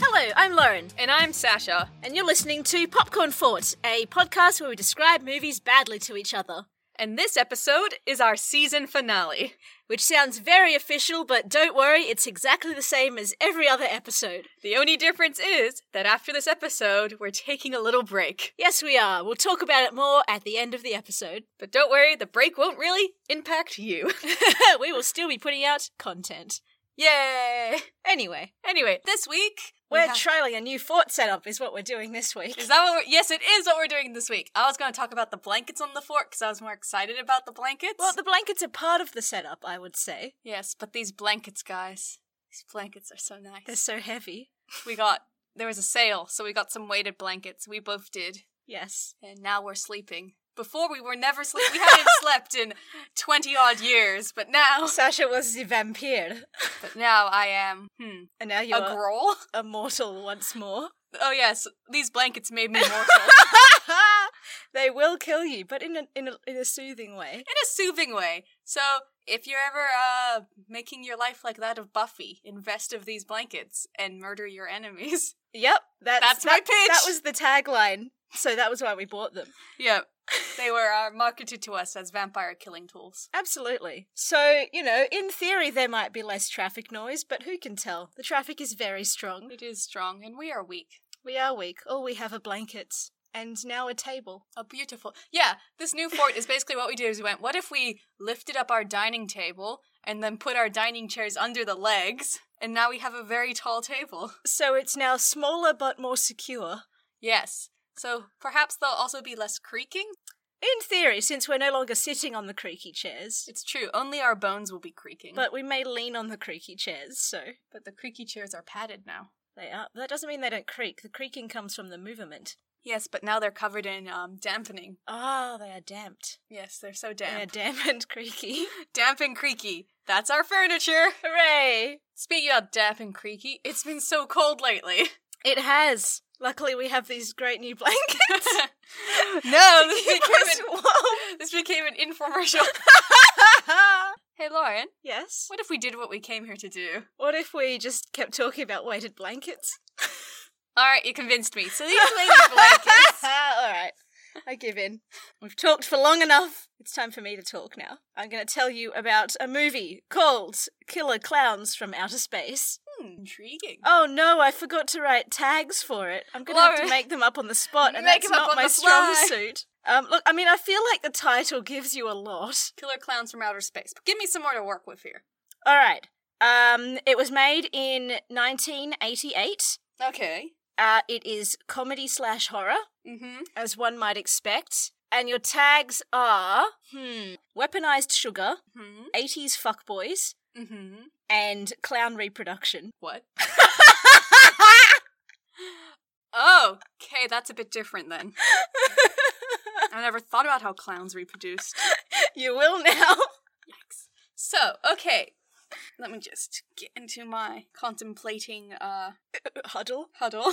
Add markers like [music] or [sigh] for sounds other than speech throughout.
Hello, I'm Lauren, And I'm Sasha. and you're listening to Popcorn Fort, a podcast where we describe movies badly to each other. And this episode is our season finale. Which sounds very official, but don't worry, it's exactly the same as every other episode. The only difference is that after this episode, we're taking a little break. Yes, we are. We'll talk about it more at the end of the episode. [laughs] But don't worry, the break won't really impact you. [laughs] we will still be putting out content. Yay! Anyway, Anyway, this week, we we're have- trialing a new fort setup, is what we're doing this week. Is that what we're- Yes, it is what we're doing this week. I was going to talk about the blankets on the fort because I was more excited about the blankets. [laughs] Well, the blankets are part of the setup, I would say. yes, but these blankets, guys. These blankets are so nice. They're so heavy. We got. There was a sale, so we got some weighted blankets. We both did. [laughs] Yes. and now we're sleeping. Before we were never sleep. [laughs] We haven't slept in twenty odd years, but now, Sasha was the vampire, but now I am hmm, and now you a are growl. a mortal once more. Oh yes, these blankets [laughs] made me mortal they will kill you, but in a, in a, in a soothing way. in a soothing way. So if you're ever uh, making your life like that of Buffy, invest of these blankets and murder your enemies. Yep, [laughs] that's, That's that, my pitch. That was the tagline, so that was why we bought them. [laughs] Yep, they were uh, marketed to us as vampire killing tools. Absolutely. So, you know, in theory, there might be less traffic noise, but who can tell? The traffic is very strong. It is strong, and we are weak. We are weak. All we have are blankets. And now a table. A Oh, beautiful. Yeah, this new fort is basically what we did is we went, what if we lifted up our dining table and then put our dining chairs under the legs? And now we have a very tall table. So it's now smaller but more secure. Yes. So perhaps there'll also be less creaking? In theory, since we're no longer sitting on the creaky chairs, It's true, only our bones will be creaking. but we may lean on the creaky chairs, so but the creaky chairs are padded now. they are. That doesn't mean they don't creak. The creaking comes from the movement. Yes, but now they're covered in um, dampening. Oh, they are damped. Yes, they're so They are damp. damp and creaky. [laughs] damp and creaky. That's our furniture. Hooray! Speaking of damp and creaky, it's been so cold lately. [laughs] It has. Luckily, we have these great new [laughs] blankets. [laughs] [laughs] to no, [laughs] this keep became us an- warm. [laughs] This became an infomercial. [laughs] hey, Lauren, [laughs] yes. what if we did what we came here to do? What if we just kept talking about weighted blankets? All right, you convinced me. [laughs] So these lady [laughs] blankets. [laughs] All right. I give in. We've talked for long enough. It's time for me to talk now. I'm going to tell you about a movie called Killer Clowns from Outer Space. Hmm, intriguing. Oh no, I forgot to write tags for it. I'm going to have to Lauren. make them up on the spot, and Make that's them up not on my the strong fly. suit. Um, look, I mean, I feel like the title gives you a lot. Killer clowns from outer space. But give me some more to work with here. All right. Um, it was made in 1988. Okay. Uh, it is comedy slash horror, Mm-hmm. as one might expect. And your tags are hmm, weaponized sugar, Hmm. 80s fuckboys, Mm-hmm. and clown reproduction. [laughs] What? Oh, okay, that's a bit different [laughs] then. I never thought about how clowns reproduced. you will now. [laughs] Yikes. So, okay. Let me just get into my contemplating uh Huddle. [laughs] huddle.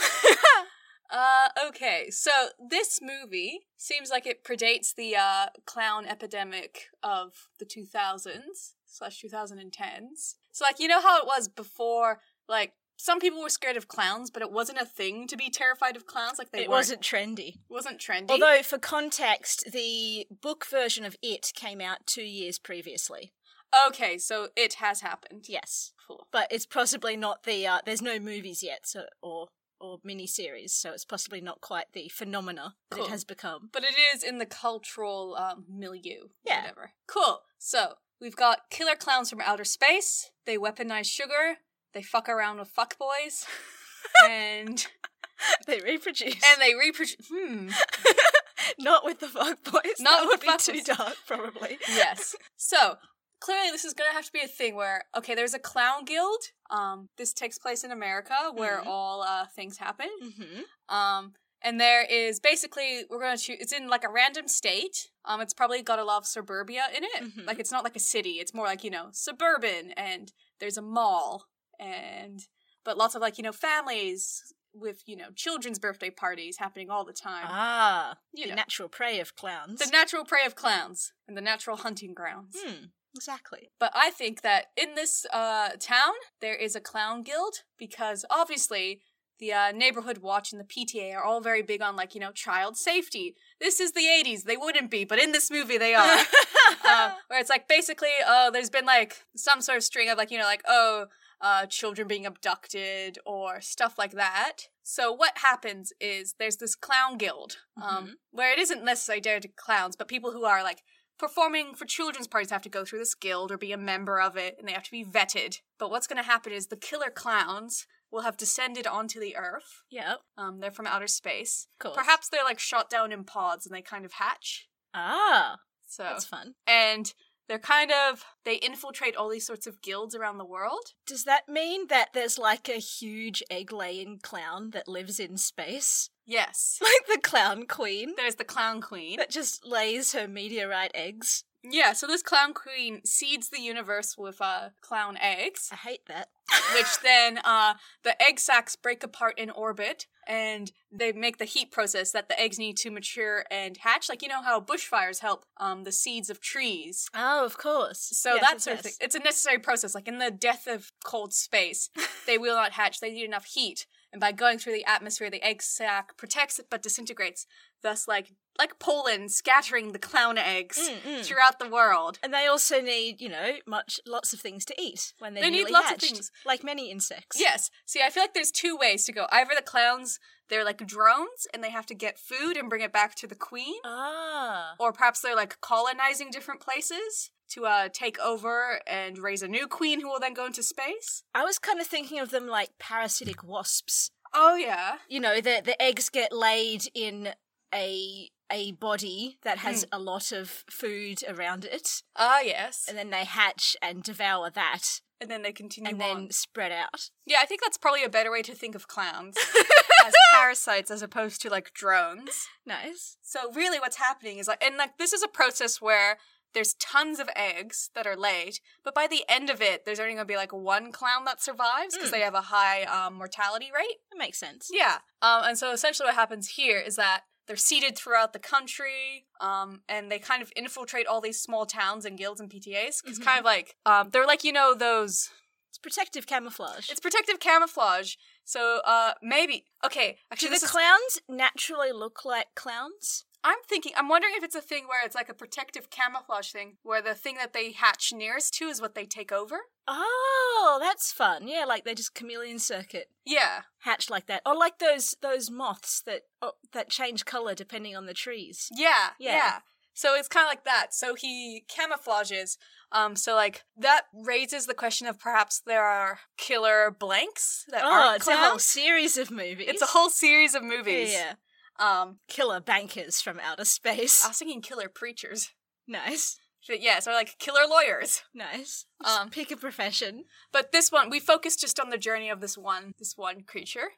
uh, okay, so this movie seems like it predates the uh, clown epidemic of the 2000s slash 2010s. So, like, you know how it was before, like, some people were scared of clowns, but it wasn't a thing to be terrified of clowns. Like, they it weren't- wasn't trendy. wasn't trendy. Although, for context, the book version of It came out two years previously. okay, so it has happened. Yes. Cool. but it's possibly not the uh, there's no movies yet so or or miniseries so it's possibly not quite the phenomena that Cool. it has [laughs] become But it is in the cultural um, milieu. Yeah. Whatever. Cool. So we've got killer clowns from outer space. They weaponize sugar. They fuck around with fuckboys. and they reproduce and they reproduce. Hmm. not with the fuck boys Not that with would fuck be boys. too dark probably Yes. So clearly, this is going to have to be a thing where okay, there's a clown guild. Um, this takes place in America, where Mhm. all uh, things happen. mm-hmm. Um, and there is basically we're gonna choose. It's in like a random state. Um, it's probably got a lot of suburbia in it. Mhm. Like it's not like a city. It's more like you know suburban, and there's a mall, and but lots of like you know families with you know children's birthday parties happening all the time. ah you the know, natural prey of clowns the natural prey of clowns and the natural hunting grounds. Hmm, exactly But I think that in this uh, town, there is a clown guild because obviously the uh, neighborhood watch and the PTA are all very big on like you know child safety. This is the '80s; they wouldn't be, but in this movie [laughs] they are. um, where it's like basically, oh, there's been like some sort of string of like you know like oh, uh, children being abducted or stuff like that. So what happens is there's this clown guild um, Mm-hmm. where it isn't necessarily dedicated to clowns, but people who are like performing for children's parties have to go through this guild or be a member of it, and they have to be vetted. But what's going to happen is the killer clowns will have descended onto the earth. yep. Um, they're from outer space. Cool. Perhaps they're like shot down in pods and they kind of hatch. Ah, So that's fun. and they're kind of they infiltrate all these sorts of guilds around the world. Does that mean that there's like a huge egg laying clown that lives in space? [laughs] Yes. Like the clown queen There's the clown queen. that just lays her meteorite eggs? Yeah, so this clown queen seeds the universe with uh, clown eggs, I hate that. [laughs] which then uh, the egg sacs break apart in orbit, and they make the heat process that the eggs need to mature and hatch. Like you know how bushfires help um, the seeds of trees Oh, of course. So Yes, that yes, sort yes. of thing. It's a necessary process. Like in the death of cold [laughs] space, they will not hatch. They need enough heat. And by going through the atmosphere, the egg sac protects it but disintegrates. Thus, like like Poland scattering the clown eggs Mm, mm. throughout the world. And they also need, you know, much lots of things to eat when they're They need newly lots of hatched, things. like many insects. Yes. See, I feel like there's two ways to go. Either the clowns, they're like drones and they have to get food and bring it back to the queen, Ah. or perhaps they're like colonizing different places to uh, take over and raise a new queen who will then go into space. I was kind of thinking of them like parasitic wasps. Oh yeah. You know, the the eggs get laid in a a body that has Mm. a lot of food around it, Ah yes. and then they hatch and devour that, and then they continue and on. then spread out. yeah, I think that's probably a better way to think of [laughs] clowns as parasites as opposed to like drones. Nice. So really, what's happening is like, and like this is a process where there's tons of eggs that are laid, but by the end of it, there's only going to be like one clown that survives because Mm. they have a high um, mortality rate. That makes sense. Yeah. Um, and so essentially what happens here is that they're seeded throughout the country um, and they kind of infiltrate all these small towns and guilds and PTAs. It's Mhm. kind of like, um, they're like, you know, those, It's protective camouflage. it's protective camouflage. So uh, maybe, okay, Do actually, the this is, clowns naturally look like clowns? I'm thinking, I'm wondering if it's a thing where it's like a protective camouflage thing where the thing that they hatch nearest to is what they take over. Oh, that's fun. Yeah, like they just chameleon circuit Yeah. hatched like that, or like those those moths that oh, that change color depending on the trees. Yeah, yeah. Yeah. So it's kind of like that. So he camouflages. Um, so like that raises the question of perhaps there are killer blanks that Oh, aren't it's a clowns. whole series of movies. It's a whole series of Yeah, movies. yeah. Um, killer bankers from outer space. I was thinking killer preachers. nice, But yeah, so like killer lawyers. nice. Just Um, pick a profession. But this one, we focus just on the journey of this one, this one [laughs] creature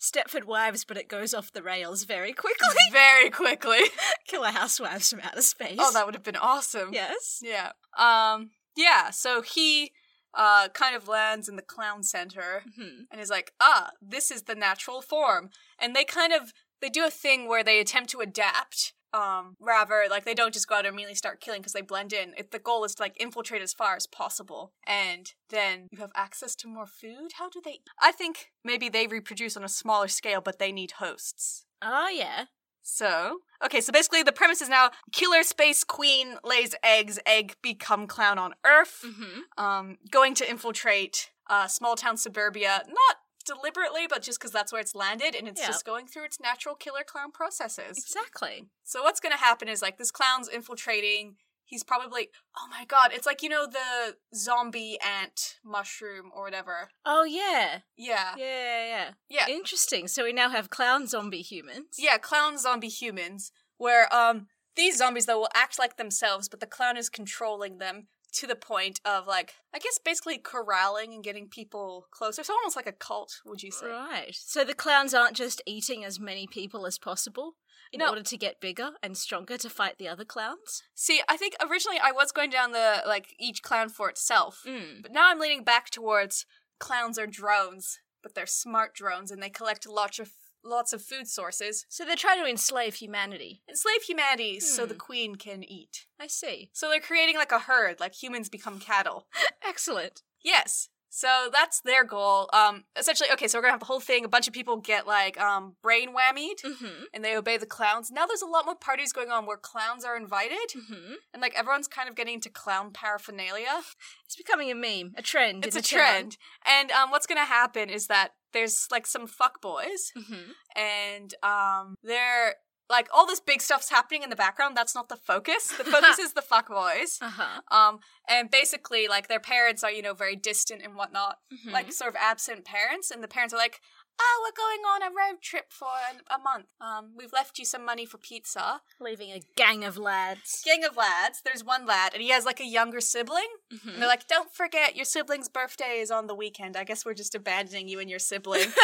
Stepford Wives, but it goes off the rails very [laughs] quickly. very quickly. Killer Housewives from outer space. oh, that would have been awesome. yes. Yeah. Um. Yeah. So he uh kind of lands in the clown center. Mhm. and is like, ah, this is the natural form. And they kind of they do a thing where they attempt to adapt. Um, rather, like they don't just go out and immediately start killing because they blend in. It, the goal is to like infiltrate as far as possible, and then you have access to more food. How do they? eat? I think maybe they reproduce on a smaller scale, but they need hosts. Oh yeah. So okay, so basically the premise is now killer space queen lays eggs, egg become clown on Earth Mm-hmm. um, going to infiltrate uh, small town suburbia, not deliberately, but just because that's where it's landed, and it's Yeah. just going through its natural killer clown processes. Exactly. So what's going to happen is like this clown's infiltrating. He's probably oh my god, it's like you know the zombie ant mushroom or whatever. Oh yeah. Yeah, Yeah, yeah. yeah, yeah. Interesting. So we now have clown zombie humans. yeah. Clown zombie humans, where um these zombies though will act like themselves, but the clown is controlling them. To the point of like, I guess basically corralling and getting people closer. So almost like a cult, would you say? Right. So the clowns aren't just eating as many people as possible in No. order to get bigger and stronger to fight the other clowns. See, I think originally I was going down the like each clown for itself, Mm. but now I'm leaning back towards clowns are drones, but they're smart drones and they collect lots of lots of food sources, So they're trying to enslave humanity. enslave humanity so the Hmm. queen can eat. I see. So they're creating like a herd, like humans become cattle. Excellent. Yes. So that's their goal. Um, essentially, okay, so we're gonna have the whole thing. A bunch of people get like um, brain whammied, Mm-hmm. and they obey the clowns. Now there's a lot more parties going on where clowns are invited, Mm-hmm. and like everyone's kind of getting into clown paraphernalia. It's becoming a meme, a trend. It's a trend, and um, what's gonna happen is that there's like some fuck boys, Mm-hmm. and um, they're like all this big stuff's happening in the background. That's not the focus. [laughs] The focus is the fuck boys. Uh huh. Um, and basically, like their parents are you know very distant and whatnot. Mm-hmm. like sort of absent parents, and the parents are like, "Ah, we're going on a road trip for an, a month. Um, we've left you some money for pizza." leaving a gang of lads. Gang of lads. There's one lad, and he has like a younger sibling. And they're like, "Don't forget, your sibling's birthday is on the weekend. I guess we're just abandoning you and your sibling. Um,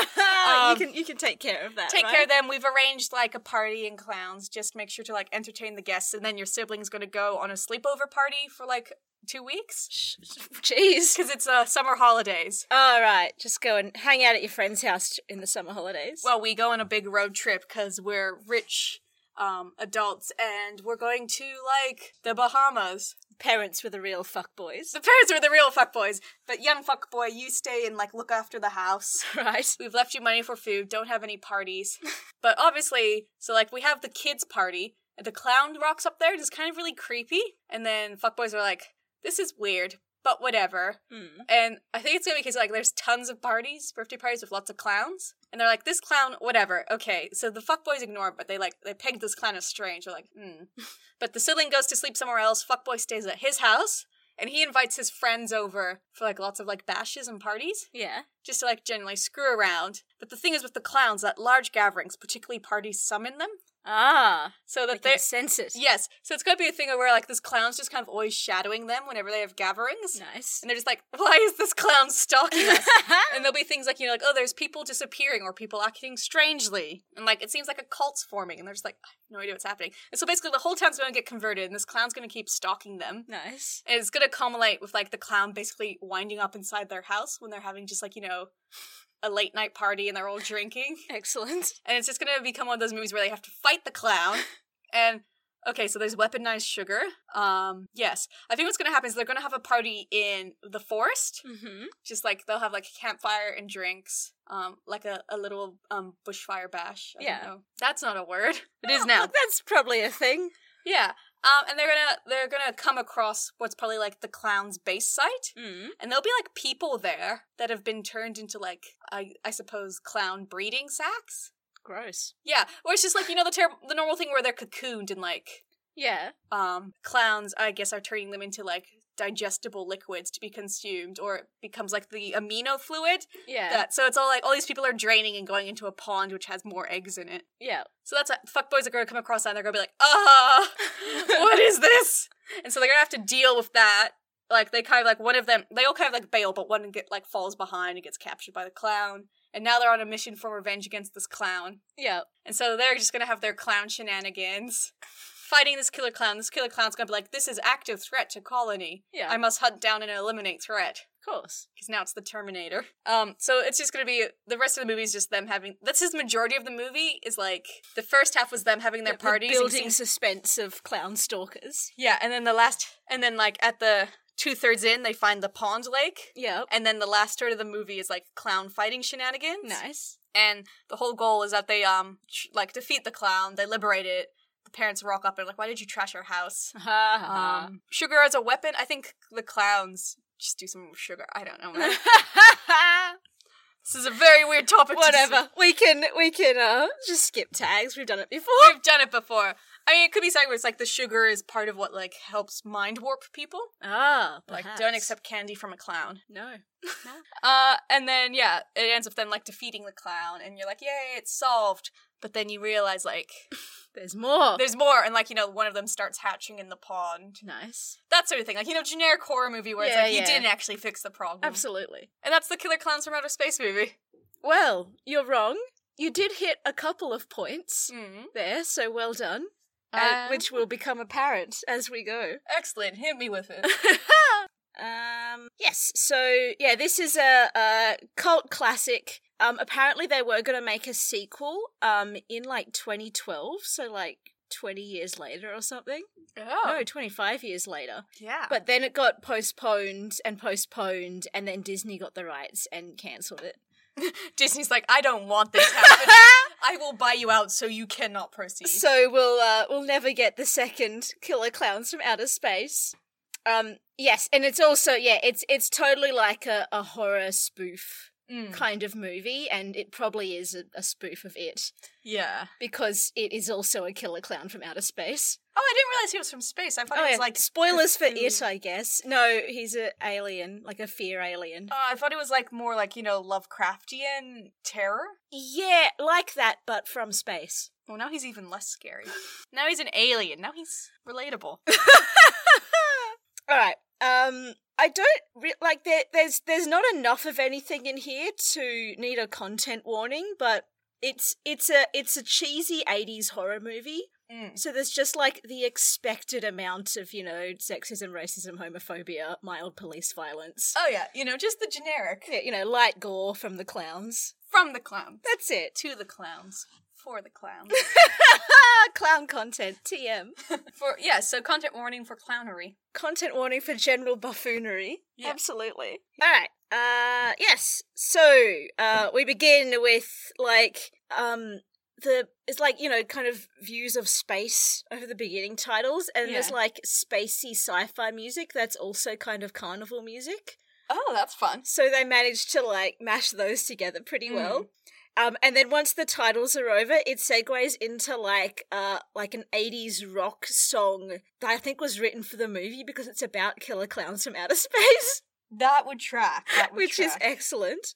Oh, you can you can take care of that. Take right? care of them. We've arranged like a party and clowns. Just make sure to like entertain the guests, and then your sibling's gonna go on a sleepover party for like two weeks Sh- sh- Jeez. because it's uh, summer holidays." All right, just go and hang out at your friend's house in the summer holidays. Well, we go on a big road trip because we're rich um, adults and we're going to like the Bahamas. parents were the [laughs] real fuckboys. The parents are the real fuckboys, but young fuckboy, you stay and like look after the house. Right. We've left you money for food, don't have any parties. but obviously, so like we have the kids' party, and the clown rocks up there, and it's kind of really creepy. And then fuckboys are like, this is weird, but whatever. Mm. And I think it's gonna be because like there's tons of parties, birthday parties with lots of clowns, and they're like, this clown, whatever, okay. So the fuckboys ignore, it, but they like they pegged this clown as strange. They're like, [laughs] hmm. but the sibling goes to sleep somewhere else. Fuckboy stays at his house, and he invites his friends over for like lots of like bashes and parties, Yeah. just to like generally screw around. But the thing is with the clowns that large gatherings, particularly parties, summon them Ah, so they that can they. sense it. Yes, so it's gonna be a thing where like this clown's just kind of always shadowing them whenever they have gatherings, Nice. and they're just like, "Why is this clown stalking us?" mm-hmm. And there'll be things like, you know, like, oh, there's people disappearing or people acting strangely. And like, it seems like a cult's forming. And they're just like, I have no idea what's happening. And so basically, the whole town's going to get converted, and this clown's going to keep stalking them. [laughs] Nice. And it's going to culminate with like the clown basically winding up inside their house when they're having just like, you know, a late night party and they're all drinking. Excellent. And it's just going to become one of those movies where they have to fight the clown. And okay, so there's weaponized sugar. Um, yes. I think what's going to happen is they're going to have a party in the forest Mm-hmm. just like they'll have like a campfire and drinks um like a, a little um bushfire bash I don't Yeah. know. that's not a word [laughs] it is now that's probably a thing. yeah um and they're gonna they're gonna come across what's probably like the clown's base site Mm. and there'll be like people there that have been turned into like i i suppose clown breeding sacks Gross. yeah or it's just like you know the ter- the normal thing where they're cocooned and like Yeah. um clowns i guess are turning them into like digestible liquids to be consumed or it becomes like the amino fluid Yeah. that. So it's all like all these people are draining and going into a pond which has more eggs in it. yeah. So that's fuck boys are gonna come across that and they're gonna be like, [laughs] ah, what is this? And so they're gonna have to deal with that. Like they kind of like one of them, they all kind of like bail, but one get like falls behind and gets captured by the clown. And now they're on a mission for revenge against this clown. Yeah. And so they're just gonna have their clown shenanigans, [laughs] fighting this killer clown. This killer clown's gonna be like, this is active threat to colony. Yeah. I must hunt down and eliminate threat of course. because now it's the Terminator. Um, so it's just gonna be the rest of the movie is just them having. This is majority of the movie is like the first half was them having their The- the parties, and building seeing- suspense of clown stalkers. yeah, and then the last, and then like at the two thirds in, they find the pond lake, Yeah. and then the last third of the movie is like clown fighting shenanigans. Nice. And the whole goal is that they um tr- like defeat the clown, they liberate it. The parents rock up and are like, why did you trash our house? Uh-huh. Um, sugar as a weapon. I think the clowns just do some sugar. I don't know. [laughs] man. [laughs] this is a very weird topic. to dis- Whatever. Um, [laughs] We can we can uh just skip tags. We've done it before. [laughs] We've done it before. I mean, it could be something where it's like the sugar is part of what like helps mind warp people. Ah, Like, perhaps. don't accept candy from a clown. [laughs] No. Uh, and then yeah, it ends with them like defeating the clown, and you're like, yay, it's solved. But then you [laughs] realize like [laughs] There's more. there's more, and like you know, one of them starts hatching in the pond, nice. that sort of thing. Like you know, generic horror movie where it's Yeah, like yeah. you didn't actually fix the problem. Absolutely. And that's the Killer Clowns from Outer Space movie. Well, you're wrong. You did hit a couple of points Mm. there, so well done. Mm-hmm. Uh, Um, which will become apparent as we go. Excellent. Hit me with [laughs] it. [laughs] Um, yes, so yeah, this is a, a cult classic. Um, apparently, they were going to make a sequel um, in like 2012, so like 20 years later or something. Oh, No, 25 years later. yeah. But then it got postponed and postponed, and then Disney got the rights and cancelled it. Disney's like, I don't want this [laughs] happening. I will buy you out so you cannot proceed. So we'll uh, we'll never get the second Killer Clowns from Outer Space. Um, yes, and it's also yeah, it's it's totally like a, a horror spoof Mm, kind of movie, and it probably is a, a spoof of it Yeah. because it is also a Killer Clown from Outer Space. Oh, I didn't realize he was from space. I thought Oh, he was yeah. like. spoilers for Cthulhu. it, I guess. No, he's an alien, like a fear alien. Uh, I thought it was like more like you know Lovecraftian terror. Yeah, like that, but from space. Well, now he's even less [laughs] scary. now he's an alien. Now he's [laughs] relatable. All right. Um, I don't re- like there. There's there's not enough of anything in here to need a content warning, but it's it's a it's a cheesy '80s horror movie. Mm. So there's just like the expected amount of you know sexism, racism, homophobia, mild police violence. Oh yeah, you know just the generic Yeah, you know, light gore from the clowns. from the clown That's [laughs] it. to the clowns for the [laughs] clowns. Clown content, TM. for yeah, so content warning for clownery. content warning for general buffoonery. Yeah. Absolutely. All right. Uh yes. So, uh we begin with like um the it's like, you know, kind of views of space over the beginning titles and there's Yeah. like spacey sci-fi music that's also kind of carnival music. Oh, that's fun. So they managed to like mash those together pretty well. Um, and then once the titles are over, it segues into like uh like an eighties rock song that I think was written for the movie because it's about killer clowns from outer [laughs] space, That would track. That would which is track. excellent.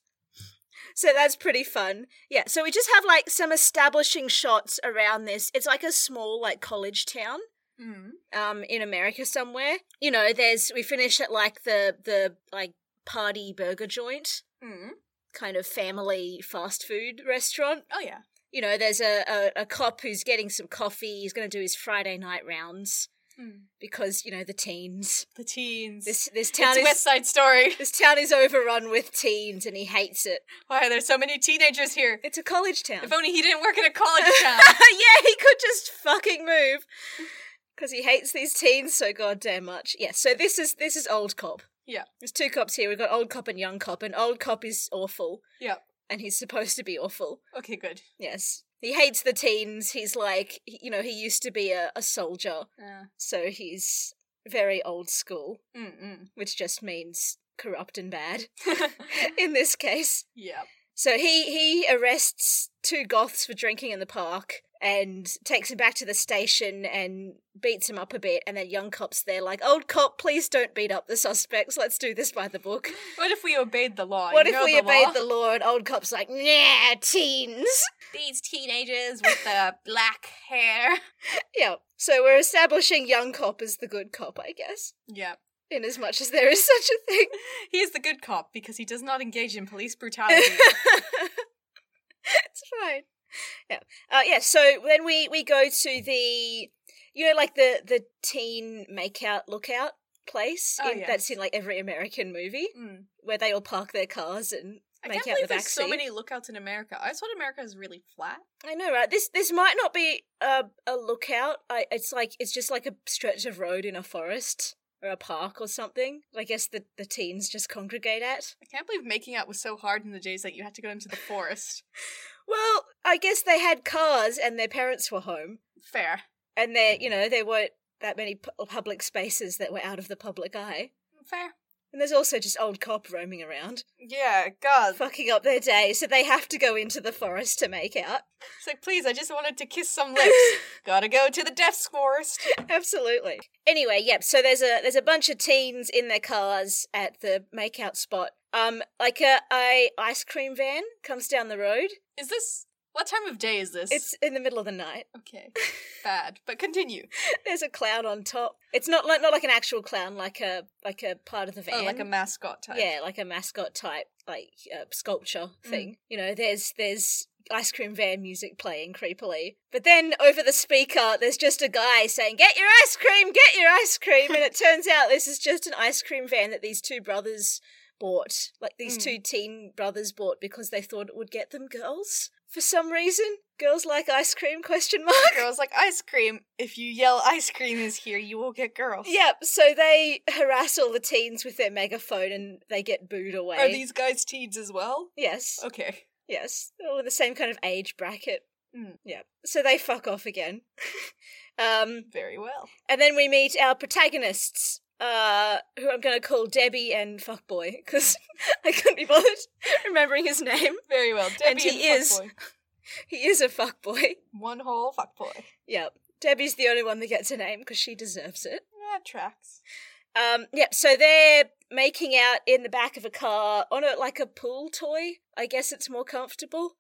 So that's pretty fun. Yeah. So we just have like some establishing shots around this. It's like a small like college town Mm. um in America somewhere. You know, there's we finish at like the the like party burger joint Mm. kind of family fast food restaurant. Oh yeah. You know, there's a, a, a cop who's getting some coffee. He's going to do his Friday night rounds Mm. because you know the teens. The teens. This this it's town is West Side Story. this town is overrun with teens, and he hates it. Why are there so many teenagers here? It's a college town. [laughs] If only he didn't work in a [laughs] college town. yeah, he could just fucking move because he hates these teens so goddamn much. Yeah, so this is this is old cop. Yeah. there's two cops here. We've got old cop and young cop, and old cop is awful, yep. and he's supposed to be awful. Okay, good. Yes. He hates the teens. He's like, he- you know, he used to be a, a soldier, Uh, so he's very old school, [laughs] mm which just means corrupt and bad [laughs] mm. in this case. yep. So he he arrests two goths for drinking in the park and takes them back to the station and beats him up a bit and then young cop's there like old cop please don't beat up the suspects let's do this by the book What if we obeyed the law? what Oh, You if know we the obeyed law? the law and old cop's like nah teens These teenagers with the black hair. Yeah. So we're establishing young cop as the good cop, I guess. Yep. In as much as there is [laughs] such a thing. He is the good cop because he does not engage in police [laughs] brutality. it's fine. Yeah. Uh yeah, so then we we go to the you know like the the teen makeout lookout place Oh, in, yes. that's in like every American movie Mm. where they all park their cars and I make can't out believe the back there's so seat. many lookouts in America. I just thought America is really flat. I know, right? This this might not be a a lookout. I it's like it's just like a stretch of road in a forest or a park or something. I guess the the teens just congregate at. I can't believe making out was so hard in the days that you had to go into the forest. Well, I guess they had cars and their parents were home, Fair. and there you know there weren't that many pu- public spaces that were out of the public eye. Fair. And there's also just old cop roaming around, Yeah, God. fucking up their day, so they have to go into the forest to make [laughs] out. It's like, please, I just wanted to kiss some lips. Gotta go to the death's forest. Absolutely. Anyway, yep. So there's a there's a bunch of teens in their cars at the makeout spot. Um, like a, a ice cream van comes down the road. Is this. What time of day is this? It's in the middle of the night. [laughs] [laughs] Okay. Bad. But continue. There's a clown on top. It's not like not like an actual clown, like a like a part of the van. Oh, like a mascot type. Mm. yeah, like a mascot type, like uh, sculpture thing. You know, there's there's ice cream van music playing creepily, but then over the speaker, there's just a guy saying, "Get your ice cream, get your ice cream," [laughs] and it turns out this is just an ice cream van that these two brothers bought, like these Mm. two teen brothers bought because they thought it would get them girls. for some reason. Girls like ice cream? Question mark. [laughs] Girls like ice cream. If you yell ice cream is here, you will get girls. Yep. So they harass all the teens with their megaphone, and they get booed away. Are these guys teens as well? Yes. Okay. Yes. All in the same kind of age bracket. Mm. Yep. So they fuck off again. [laughs] um, Very well. and then we meet our protagonists, uh, who I'm going to call Debbie and Fuckboy because [laughs] I couldn't be bothered [laughs] remembering his name. Very well. Debbie And he and is- fuckboy. He is a fuckboy. one whole fuckboy. Yep. Debbie's the only one that gets a name because she deserves it. That tracks. Um, yep. So they're making out in the back of a car on a like a pool toy. I guess it's more comfortable.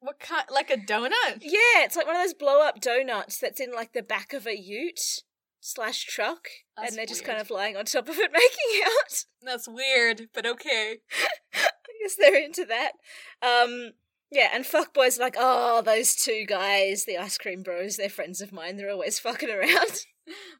What kind? Like a donut? Yeah, it's like one of those blow up donuts that's in like the back of a ute slash truck, That's and they're just weird. kind of lying on top of it [laughs] making out. That's weird, but okay. I guess they're into that. Um, yeah, and fuckboys are like, oh, those two guys, the ice cream bros, they're friends of mine. They're always fucking [laughs] around.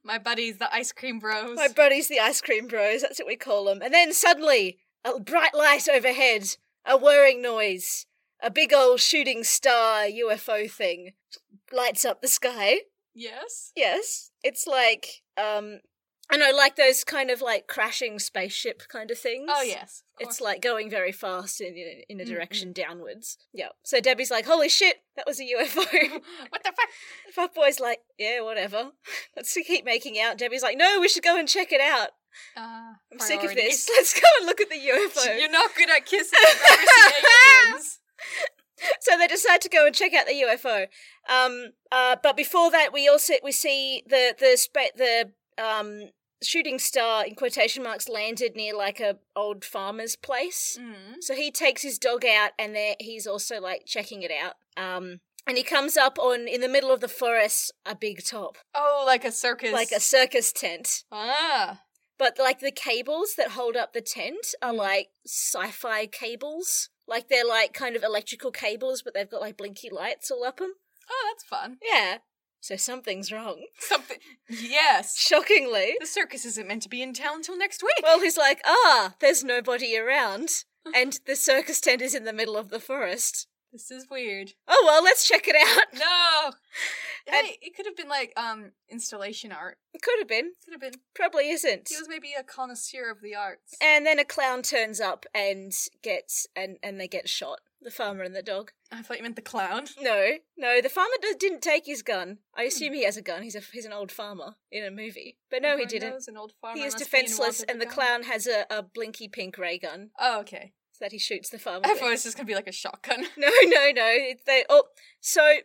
My buddies, the ice cream bros. My buddies, the ice cream bros, that's what we call them. And then suddenly, a bright light overhead, a whirring noise, a big old shooting star UFO thing lights up the sky. yes. Yes, it's like um, I know, like those kind of like crashing spaceship kind of things. Oh yes. of It's course. like going very fast in in, in a Mm, direction downwards. Yeah. So Debbie's like, "Holy shit, that was a [laughs] UFO." what the fuck? Fuckboy's like, "Yeah, whatever." [laughs] Let's keep making out. Debbie's like, "No, we should go and check it out. Uh, I'm sick of priorities. this. [laughs] Let's go and look [laughs] at the UFO." You're not good [laughs] at kissing. I've never seen aliens. so they decide to go and check out the UFO. Um, uh, but before that, we also we see the the spa- the um shooting star in quotation marks landed near like a old farmer's place. Mm. So he takes his dog out, and there he's also like checking it out. Um, and he comes up on in the middle of the forest a big top, Oh, like a circus. like a circus tent. ah. But like the cables that hold up the tent are like sci-fi cables. Like they're like kind of electrical cables, but they've got like blinky lights all up them. Oh, that's fun. Yeah. So something's wrong. [laughs] Something. Yes. Shockingly. The circus isn't meant to be in town till next week. Well, he's like, ah, there's nobody [laughs] around. And the circus tent is in the middle of the forest. This is weird. Oh, well, let's check it out. [laughs] No. And- Hey, it could have been like um installation art. It could have been. Could have been. Probably isn't. He was maybe a connoisseur of the arts. And then a clown turns up and gets, and, and they get shot. The farmer and the dog. I thought you meant the clown. No, no, the farmer d- didn't take his gun. I Hmm. assume he has a gun. He's a he's an old farmer in a movie. But no, he Everyone didn't. knows an old farmer He is must be in want defenseless, of a and the gun. clown has a, a blinky pink ray gun Oh, okay. that he shoots the farmer. I with. thought it was just gonna be like a shotgun. [laughs] [laughs] No, no, no. It- They oh, so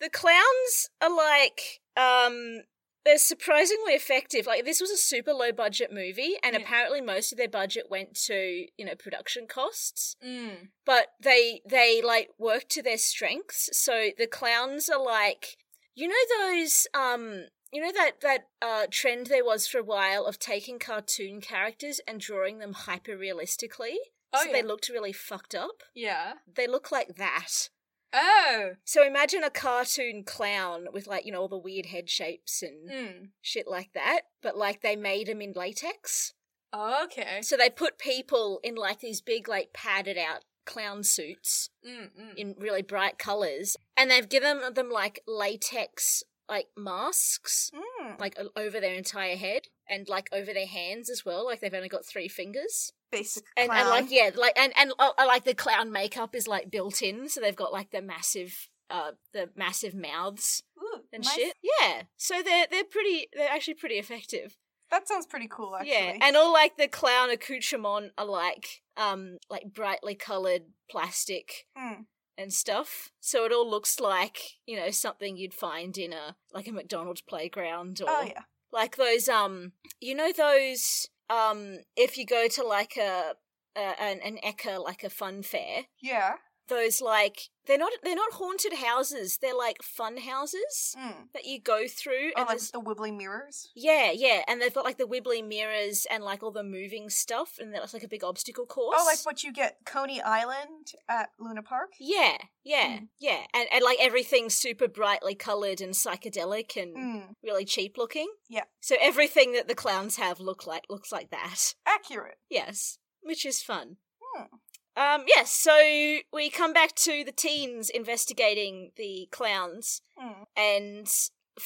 the clowns are like um they're surprisingly effective. Like this was a super low budget movie, and Yeah. apparently most of their budget went to you know production costs. Mm. But they they like work to their strengths. So the clowns are like you know those um you know that that uh, trend there was for a while of taking cartoon characters and drawing them hyper realistically, Oh so yeah. they looked really fucked up. yeah. They look like that. Oh. So imagine a cartoon clown with like, you know, all the weird head shapes and Mm. shit like that, but like they made him in latex. Oh, okay. So they put people in like these big like padded out clown suits Mm, mm. in really bright colors and they've given them like latex like masks Mm. like o- over their entire head and like over their hands as well like they've only got 3 fingers Basic and, and like yeah like and and uh, uh, like the clown makeup is like built in so they've got like the massive uh the massive mouths Ooh, and nice. shit yeah so they're they're pretty they're actually pretty effective That sounds pretty cool, Oh, actually. yeah and all like the clown accoutrement are like um like brightly colored plastic Mm. and stuff so it all looks like you know something you'd find in a like a mcdonald's playground or Oh yeah. like those um you know those um if you go to like a, a an an ECHA like a fun fair Yeah. those like they're not they're not haunted houses they're like fun houses Mm. that you go through Oh, and like there's- the wibbly mirrors. yeah yeah and they've got like the wibbly mirrors and like all the moving stuff and that's like a big obstacle course Oh, like what you get Coney Island at Luna Park. yeah yeah Mm. yeah and and like everything's super brightly colored and psychedelic and Mm. really cheap looking Yeah. so everything that the clowns have look like looks like that Accurate. Yes, which is fun. Hmm. Um, yes, so we come back to the teens investigating the clowns, Mm. and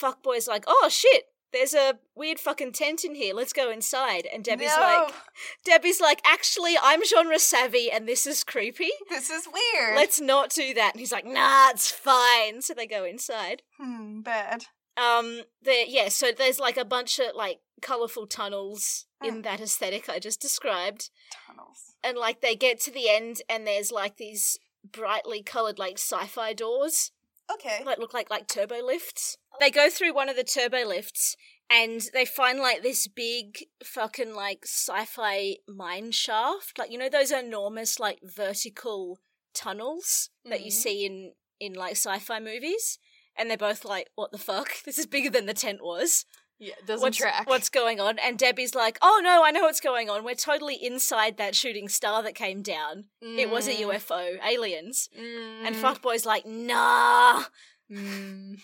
fuckboy's like, oh shit, there's a weird fucking tent in here, let's go inside. And Debbie's like, Debbie's like, actually, I'm genre savvy and this is creepy. [laughs] this is weird. Let's not do that. And he's like, nah, it's fine. So they go inside. Hmm, bad. Um, there, yeah, so there's like a bunch of like colorful tunnels in that aesthetic I just described. Tunnels. And like they get to the end and there's like these brightly colored like sci-fi doors Okay. that look like like turbo lifts. Oh. They go through one of the turbo lifts and they find like this big fucking like sci-fi mine shaft. Like you know those enormous like vertical tunnels that you Mhm. see in in like sci-fi movies. And they're both like, "What the fuck? [laughs] This is bigger than the tent was." Yeah, doesn't what's, track. What's going on? And Debbie's like, oh no, I know what's going on. We're totally inside that shooting star that came down. It was a Mm. UFO, aliens. Mm. And Fuckboy's like, nah. Mm.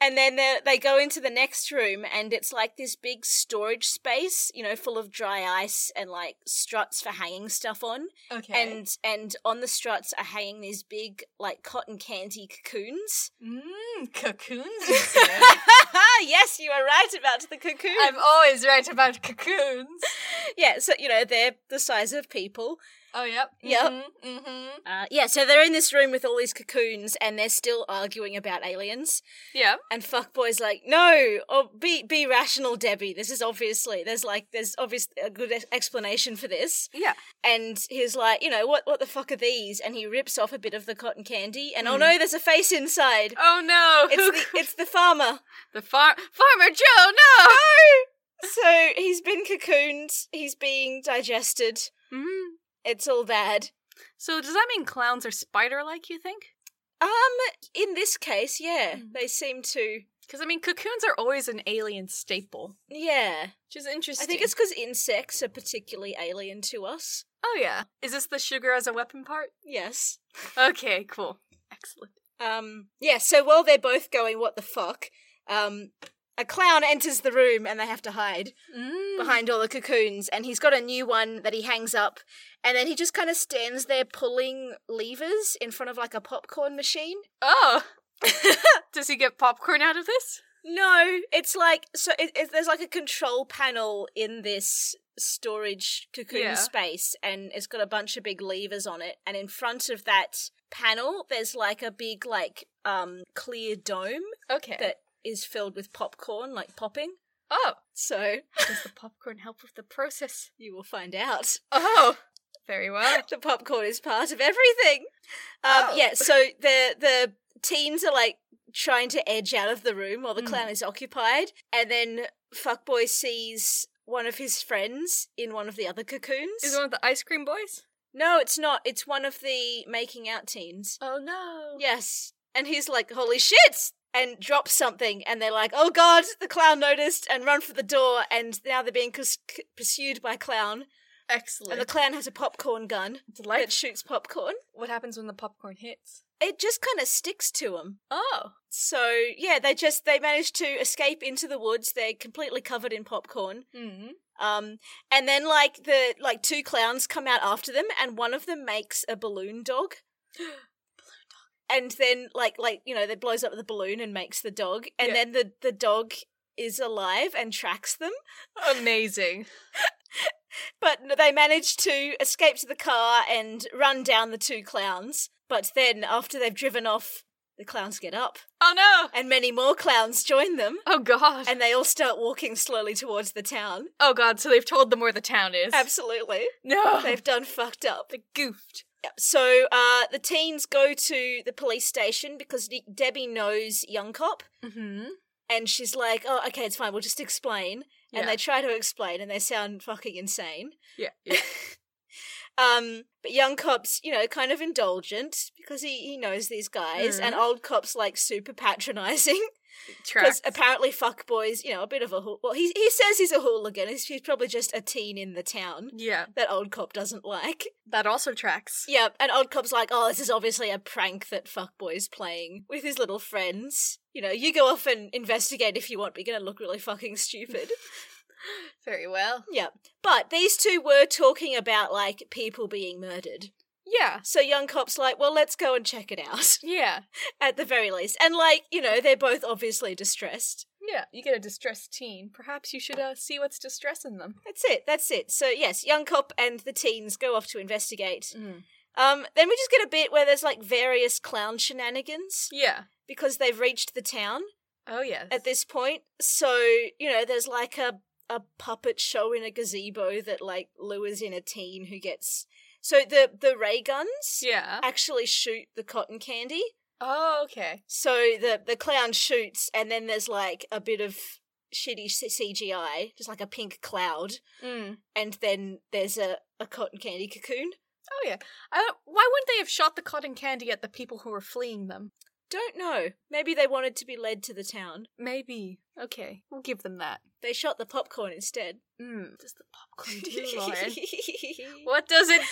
And then they they go into the next room and it's like this big storage space, you know, full of dry ice and like struts for hanging stuff on. Okay. And and on the struts are hanging these big like cotton candy [laughs] cocoons. mm, cocoons. [laughs] you said. Ah, yes, you are right about the cocoon. I'm always right about cocoons. Um, yeah, so you know, they're the size of people. Oh, yep. Yep. hmm hmm Uh, yeah, so they're in this room with all these cocoons, and they're still arguing about aliens. Yep. And fuckboy's like, "No, oh, be be rational, Debbie. This is obviously there's like there's obvious a good ex- explanation for this." Yeah. And he's like, "You know what? What the fuck are these?" And he rips off a bit of the cotton candy, and oh Mm. no, there's a face inside. Oh, no. Who It's the, it's the farmer. [laughs] The far- farmer Joe, no. So he's been cocooned. He's being digested. Mm. It's all bad. So does that mean clowns are spider-like? You think? Um, in this case, yeah, Mm. they seem to. Because I mean, cocoons are always an alien staple, Yeah. which is interesting. I think it's because insects are particularly alien to us. Oh yeah. Is this the sugar as a weapon part? Yes. Okay, cool. Excellent. Um. Yeah. So while they're both going, what the fuck? Um. A clown enters the room and they have to hide Mm. behind all the cocoons. And he's got a new one that he hangs up. And then he just kind of stands there pulling levers in front of like a popcorn machine. Oh. [laughs] does he get popcorn out of this? No, it's like so. It, it, there's like a control panel in this storage cocoon Yeah. space, and it's got a bunch of big levers on it. And in front of that panel, there's like a big like um clear dome Okay. that is filled with popcorn, like popping. oh. So Does the popcorn help with the process? you will find out. Oh. Very well. [laughs] the popcorn is part of everything. Um, Oh. Yeah, so the the teens are like trying to edge out of the room while the Mm. clown is occupied, and then fuckboy sees one of his friends in one of the other cocoons. Is it one of the ice cream boys? no, it's not. It's one of the making out teens. Oh no. Yes, and he's like, "Holy shit!" and drops something, and they're like, "Oh god!" The clown noticed and run for the door, and now they're being cus- c- pursued by clown, and Excellent. the clown has a popcorn gun that Delight. shoots popcorn. What happens when the popcorn hits? it just kind of sticks to them. Oh. So yeah, they just they manage to escape into the woods. They're completely covered in popcorn. Mm. Um, and then like the like two clowns come out after them, and one of them makes a balloon dog. And then like like you know, they blows up the balloon and makes the dog, and Yeah. then the the dog is alive and tracks them. Amazing. But they manage to escape to the car and run down the two clowns. But then after they've driven off, the clowns get up. Oh no. and many more clowns join them, Oh god. and they all start walking slowly towards the town. Oh god, so they've told them where the town is. Absolutely. [laughs] No. They've done fucked up. they goofed. Yep. So uh, the teens go to the police station because De- Debbie knows Young Cop, Mm-hmm. and she's like, oh, okay, it's fine, we'll just explain. And they try to explain, and they sound fucking insane. [laughs] yeah. yeah. Um, but young cop's, you know, kind of indulgent because he, he knows these guys, and old cop's like super patronizing. Because Tracks. apparently, fuckboy's, you know, a bit of a hool. Well, he, he says he's a hooligan. He's, he's probably just a teen in the town yeah. that old cop doesn't like. [laughs] That also tracks. Yeah, and old cop's like, oh, this is obviously a prank that fuckboy's playing with his little friends. You know, you go off and investigate if you want, but you're going to look really fucking stupid. Very well. yeah. But these two were talking about, like, people being murdered. Yeah. So young cop's like, well, let's go and check it out [laughs] Yeah. at the very least. And like, you know, they're both obviously distressed. Yeah. You get a distressed teen. Perhaps you should uh, see what's distressing them. That's it. That's it. So yes, young cop and the teens go off to investigate. Mm. Um, then we just get a bit where there's like various clown shenanigans Yeah. because they've reached the town Oh yes. at this point. So you know, there's like a a puppet show in a gazebo that like lures in a teen who gets. So the the ray guns [laughs] yeah. actually shoot the cotton candy. Oh okay. So the the clown shoots, and then there's like a bit of shitty C- CGI, just like a pink cloud, Mm. and then there's a a cotton candy cocoon. Oh yeah. I, why wouldn't they have shot the cotton candy at the people who were fleeing them? Don't know. Maybe they wanted to be led to the town. Maybe. Okay. We'll give them that. They shot the popcorn instead. Mm. Does the [laughs] popcorn do, Lauren? [laughs] what? what does it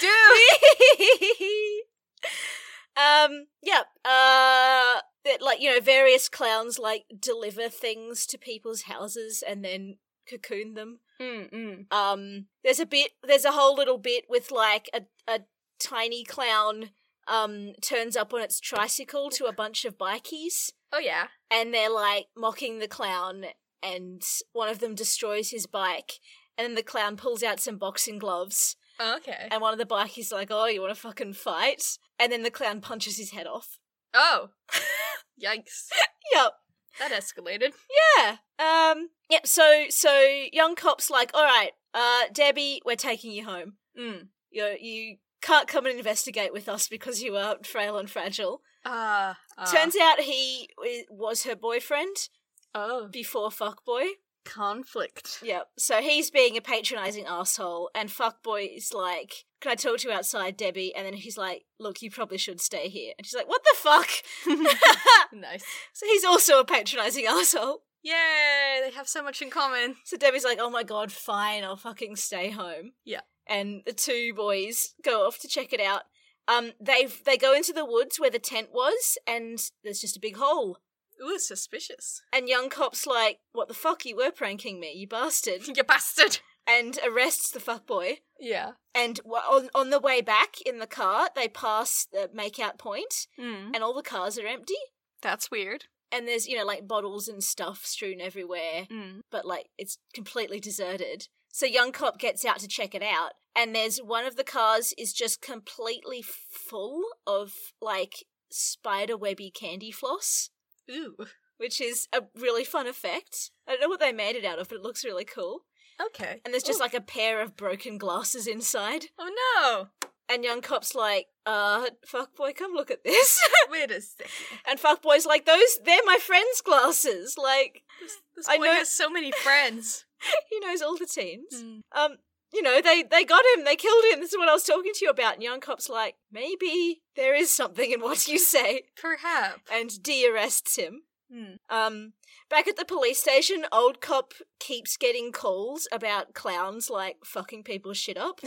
[laughs] do? um. Yeah. Uh. That like you know various clowns like deliver things to people's houses and then cocoon them. mm, mm. um there's a bit there's a whole little bit with like a a tiny clown um turns up on its tricycle to a bunch of bikies Oh yeah. and they're like mocking the clown and one of them destroys his bike and then the clown pulls out some boxing gloves Oh, okay. and one of the bikies like oh you want to fucking fight and then the clown punches his head off Oh. [laughs] Yikes. yep That escalated. Yeah. Um. Yep. So so young cops like, all right, uh, Debbie, we're taking you home. Mm. You you can't come and investigate with us because you are frail and fragile. Ah. ah. Turns out he w- was her boyfriend Oh. before fuckboy. [laughs] Conflict. Yep. So he's being a patronizing asshole, and fuckboy is like, "Can I talk to you outside, Debbie?" And then he's like, "Look, you probably should stay here." And she's like, "What the fuck?" [laughs] nice. so he's also a patronizing [laughs] asshole. Yay! They have so much in common. So Debbie's like, oh my god, fine, I'll fucking stay home. Yeah. And the two boys go off to check it out. Um, they they go into the woods where the tent was, and there's just a big hole. Ooh, suspicious. And young cop's like, what the fuck, you were pranking me, you [laughs] bastard. [laughs] you bastard. and arrests the fuckboy. Yeah. And w- on, on the way back in the car, they pass the makeout point, Mm. and all the cars are empty. That's weird. And there's, you know, like bottles and stuff strewn everywhere. Mm. but like it's completely deserted. So young cop gets out to check it out, and there's one of the cars is just completely full of like spider webby candy floss, Ooh. which is a really fun effect. I don't know what they made it out of, but it looks really cool. Okay. And there's just Ooh. like a pair of broken glasses inside, Oh and young cop's like, "Uh, fuckboy, come look at this." [laughs] no! [laughs] Wait a second. and fuckboy's like, "Those, they're my friend's glasses." Like [laughs] This I boy know- has so many friends. he knows all the teens. [laughs] Mm. um, you know, they they got him, they killed him. This is what I was talking to you about. And young cop's like, maybe there is something in what you say, Perhaps. and de-arrests him. [laughs] Mm. Um, back at the police station, old cop keeps getting calls about clowns like fucking people shit up,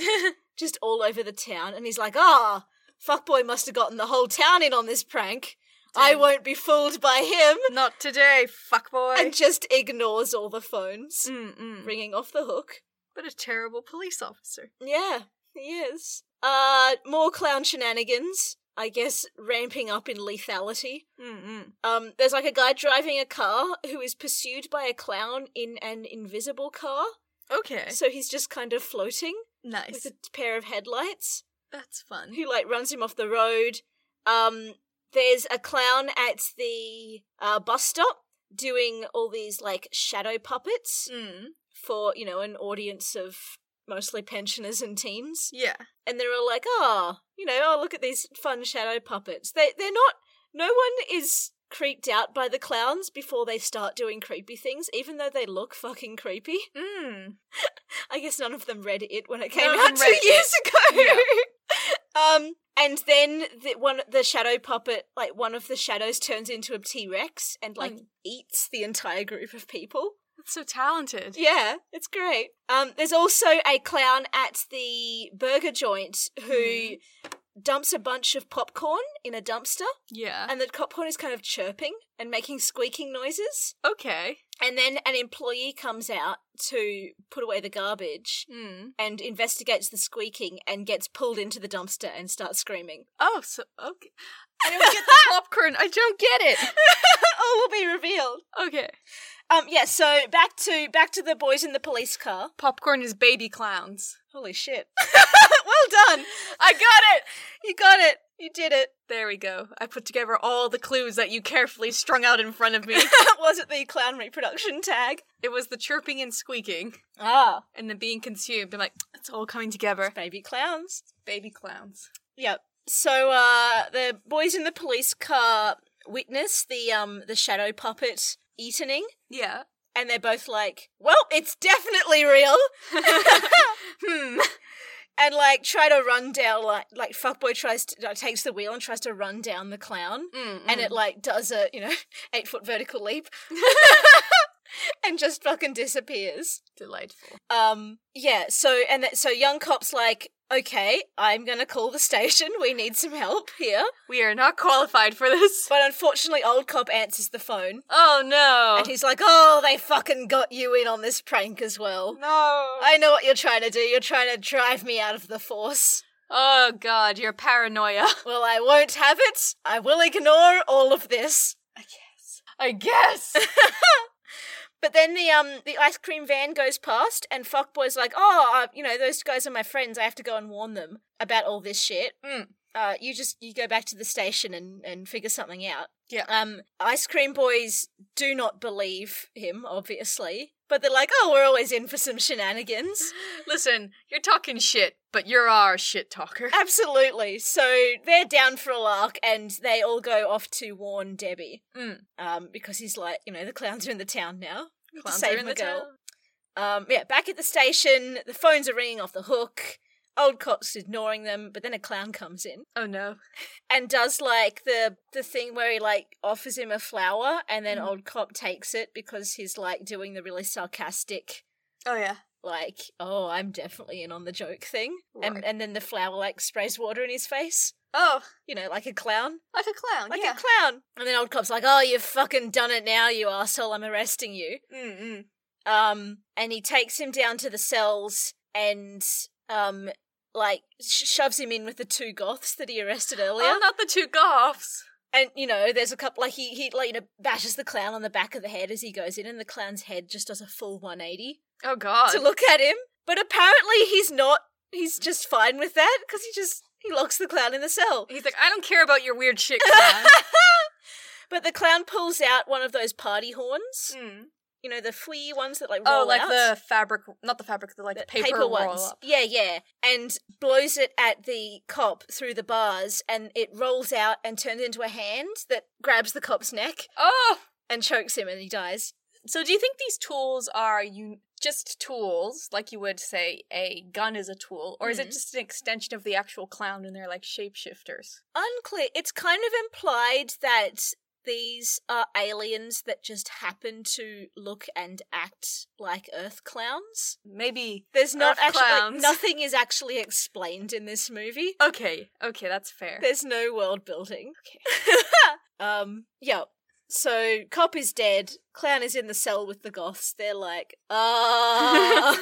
just all over the town, and he's like, ah, fuckboy must have gotten the whole town in on this prank. I Damn. won't be fooled by him, Not today, fuckboy. and just ignores all the phones, Mm, mm. ringing off the hook. What a terrible police officer. Yeah, he is. Uh, more clown shenanigans. I guess ramping up in lethality. Mm-mm. Um, there's like a guy driving a car who is pursued by a clown in an invisible car. Okay. So he's just kind of floating Nice. with a pair of headlights. That's fun. Who like runs him off the road. Um, there's a clown at the uh, bus stop doing all these like shadow puppets Mm. for you know an audience of mostly pensioners and teens. Yeah. and they're all like, "Oh, you know, oh look at these fun shadow puppets." They they're not. No one is creeped out by the clowns before they start doing creepy things, even though they look fucking creepy. Mm. I guess none of them read it when it came None of out them two read years ago. [laughs] um, and then the one the shadow puppet, like one of the shadows, turns into a T Rex and like Mm. eats the entire group of people. That's so talented. Yeah, it's great. Um, there's also a clown at the burger joint who Hmm. dumps a bunch of popcorn in a dumpster, Yeah. and the popcorn is kind of chirping and making squeaking noises. Okay. And then an employee comes out to put away the garbage Mm. and investigates the squeaking and gets pulled into the dumpster and starts [laughs] screaming. Oh, so okay. I don't [laughs] get the popcorn. I don't get it. oh, will be revealed. Okay. Um, yeah. So back to back to the boys in the police car. Popcorn is baby clowns. Holy shit! [laughs] well done. I got it. You got it. You did it. [laughs] There we go. I put together all the clues that you carefully strung out in front [laughs] of me. Was it the clown reproduction tag? it was the chirping and squeaking Ah, and the being consumed. I'm like, it's all coming together. baby clowns. Baby clowns. Yep. So uh, the boys in the police car witness the um the shadow puppet eatening, Yeah. and they're both like, "Well, it's definitely real," [laughs] Hmm. and like try to run down like like fuckboy tries to like, takes the wheel and tries to run down the clown, hmm. and it like does a you know [laughs] eight foot vertical [laughs] leap, [laughs] and just fucking disappears. delightful. Um, yeah. So and th- so young cop's like, "Okay, I'm gonna call the station. We need some help here." We are not qualified for [laughs] this. But unfortunately, old cop answers the phone. Oh [laughs] no. And he's like, oh, they fucking got you in on this prank as well. no. I know what you're trying to do. You're trying to drive me out of the force. oh god, your paranoia. [laughs] Well, I won't have it. I will ignore all of this. I guess. I [laughs] guess. But then the um the ice cream van goes past, and fuckboy's like, oh, uh, you know, those guys are my friends. I have to go and warn them about all this shit. Mm. Uh, you just you go back to the station and and figure something out. Yeah. Um, ice cream boys do not believe him, obviously, but they're like, oh, we're always in for some shenanigans. Listen, you're talking shit, but you're our shit talker. Absolutely. So they're down for a lark, and they all go off to warn Debbie. Mm. Um, because he's like, you know, the clowns are in the town now. Need to Clowns save are in my the girl. town. Um, yeah, back at the station, the phones are ringing off the hook. Old Cox ignoring them, but then a clown comes in Oh no. and does like the the thing where he like offers him a flower, and then Mhm. old cop takes it because he's like doing the really sarcastic, Oh yeah. like, "Oh, I'm definitely in on the joke" thing, Right. and and then the flower like sprays water in his face, Oh, you know, like a clown, like a clown. like yeah. a clown. And then old cop's like, "Oh, you've fucking done it now, you asshole! I'm arresting you." Mm-mm. um and he takes him down to the cells and um like sh- shoves him in with the two goths that he arrested earlier Oh, not the two goths. and you know there's a couple like he he like you know bashes the clown on the back of the head as he goes in and the clown's head just does a full 180 Oh god. to look at him but apparently he's not he's just fine with that because he just he locks the clown in the cell He's like, I don't care about your weird [laughs] shit, clown. but the clown pulls out one of those party horns Mm. you know the flea ones that like roll Oh, like out. the fabric, not the fabric, the like paper, roll up. Yeah, yeah. And blows it at the cop through the bars, and it rolls out and turns into a hand that grabs the cop's neck Oh, and chokes him, and he dies. so do you think these tools are you just tools, like you would say a gun is a tool, or is it Mhm. just an extension of the actual clown and they're like shapeshifters? Unclear. It's kind of implied that these are aliens that just happen to look and act like Earth clowns. Maybe. There's not Earth actually like, clowns. nothing is actually explained in this movie. Okay, okay, that's fair. [laughs] There's no world building. [laughs] um, yeah. So cop is dead. Clown is in the cell with the goths. They're like, uh, [laughs] ah.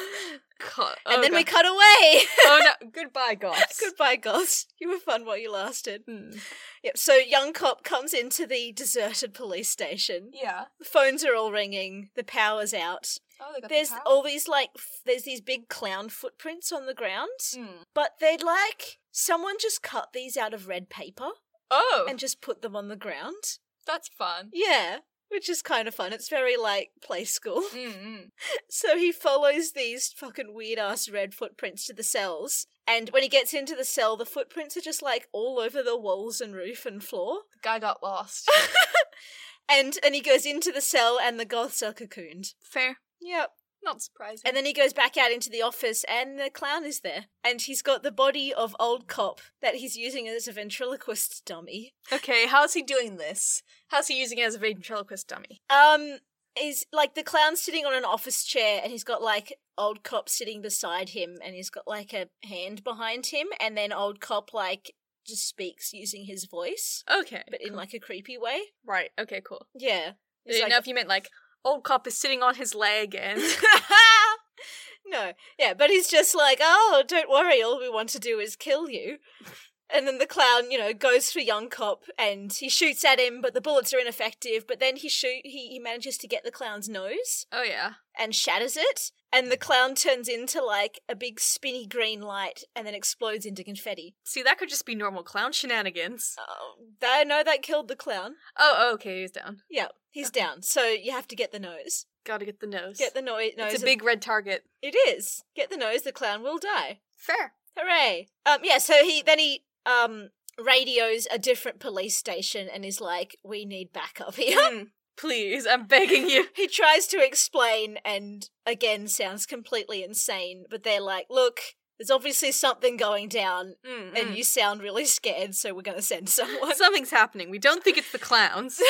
God- and oh, then we God. cut away. [laughs] oh no! Goodbye, [laughs] goths. Goodbye, goths. You were fun while you lasted. Hmm. Yep. So young cop comes into the deserted police station. Yeah. The phones are all ringing. The power's out. Oh, they got There's the power. all these like, f- there's these big clown footprints on the ground, Hmm. but they'd like someone just cut these out of red paper Oh, and just put them on the ground. that's fun. Yeah, which is kind of fun. It's very like play school. [laughs] Mm-mm. So he follows these fucking weird ass red footprints to the cells. And when he gets into the cell, the footprints are just like all over the walls and roof and floor. The guy got [laughs] lost. And and he goes into the cell and the goths are cocooned. fair. Yep. Not surprising. And then he goes back out into the office and the clown is there. And he's got the body of old cop that he's using as a ventriloquist dummy. Okay, how's he doing this? How's he using it as a ventriloquist dummy? Um, is like the clown sitting on an office chair, and he's got like old cop sitting beside him, and he's got like a hand behind him, and then old cop like just speaks using his voice, Okay. but in cool. like a creepy way. right. Okay. Cool. Yeah. I It's didn't like- know if you meant like old cop is sitting on his leg and [laughs] no, yeah, but he's just like, oh, don't worry, all we want to do is kill you. And then the clown, you know, goes for young cop and he shoots at him, but the bullets are ineffective. But then he shoot he, he manages to get the clown's nose [laughs] oh yeah. and shatters it, and the clown turns into like a big spinny green light and then explodes into confetti. See, that could just be normal clown shenanigans. Oh, that, no, that killed the clown. Oh, oh, okay, he's down. Yeah, he's down. So you have to get the nose. Gotta get the nose. Get the no- nose. it's a big red target. It is. Get the nose. The clown will die. [laughs] Fair. Hooray! Um, yeah. So he then he um radios a different police station and is like, "We need backup here." [laughs] Mm, please, I'm begging you. he tries to explain, and again, sounds completely insane. But they're like, "Look, there's obviously something going down, [laughs] Mm, and mm. you sound really scared, so we're gonna send [laughs] someone." [laughs] Something's happening. We don't think it's the [laughs] clowns.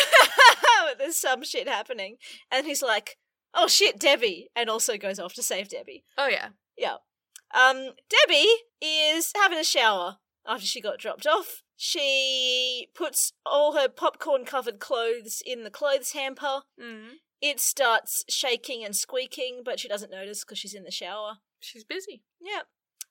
But [laughs] there's some shit happening, and he's like, "Oh shit, Debbie," and also goes off to save Debbie. oh yeah. Um, Debbie is having a shower after she got dropped off. She puts all her popcorn covered clothes in the clothes hamper. Mm. It starts shaking and squeaking, but she doesn't notice because she's in the shower. She's busy. Yep.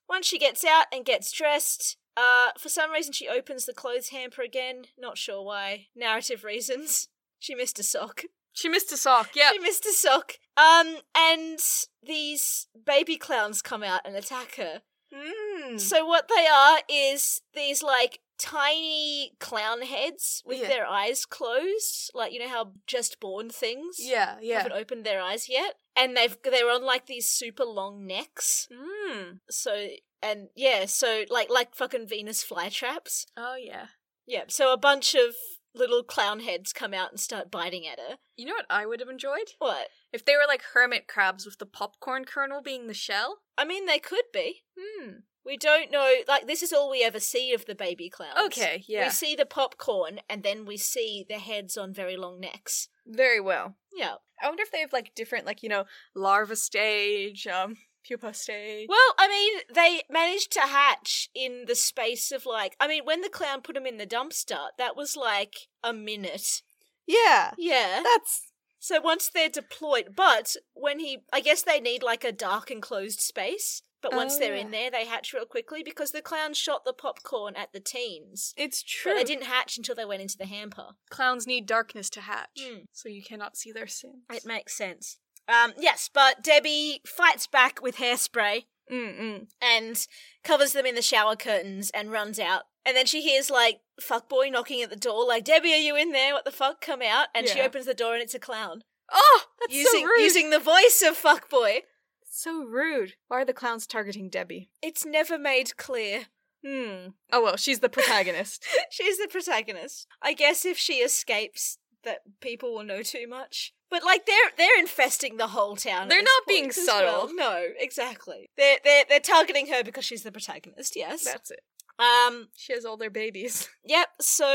Once she gets out and gets dressed, uh, for some reason she opens the clothes hamper again. Not sure why. Narrative reasons. [laughs] She missed a sock. She missed a sock. Yeah. She missed a sock. Um, and these baby clowns come out and attack her. Mm. So what they are is these like tiny clown heads with Yeah. their eyes closed, like you know how just born things Yeah. Yeah. haven't opened their eyes yet, and they've they're on like these super long necks. Mm. So and yeah, so like like fucking Venus flytraps. Oh yeah. Yep. So a bunch of little clown heads come out and start biting at her. You know what I would have enjoyed What? if they were like hermit crabs with the popcorn kernel being the shell. I mean, they could be. Hmm. We don't know. Like this is all we ever see of the baby clowns. Okay. Yeah. We see the popcorn and then we see the heads on very long necks. Very well. Yeah. I wonder if they have like different, like you know, larva stage, um, pupa stage. Well, I mean, they managed to hatch in the space of like, I mean, when the clown put him in the dumpster, that was like a [laughs] minute. Yeah, Yeah. that's So once they're deployed, but when he, I guess they need like a dark enclosed space. But once Oh, they're yeah. in there, they hatch real quickly because the clown shot the popcorn at the teens. it's But true. they didn't hatch until they went into the hamper. Clowns need darkness to hatch, Mm. so you cannot see their sins. It makes sense. Um, yes, but Debbie fights back with hairspray. Mm-mm. and covers them in the shower curtains and runs out. And then she hears like fuckboy knocking at the door, like Debbie, are you in there? What the fuck? Come out! And she Yeah. opens the door and it's a clown Oh, that's using so rude. using the voice of fuckboy. so rude. Why are the clowns targeting Debbie? It's never made clear. [laughs] Hmm. Oh well, she's the protagonist. She's the protagonist. I guess if she escapes, that people will know too much. But like they're they're infesting the whole town. at They're this not point being as subtle. well. No, exactly. They're they're they're targeting her because she's the protagonist. Yes. [laughs] that's it. Um. She has all their babies. Yep. So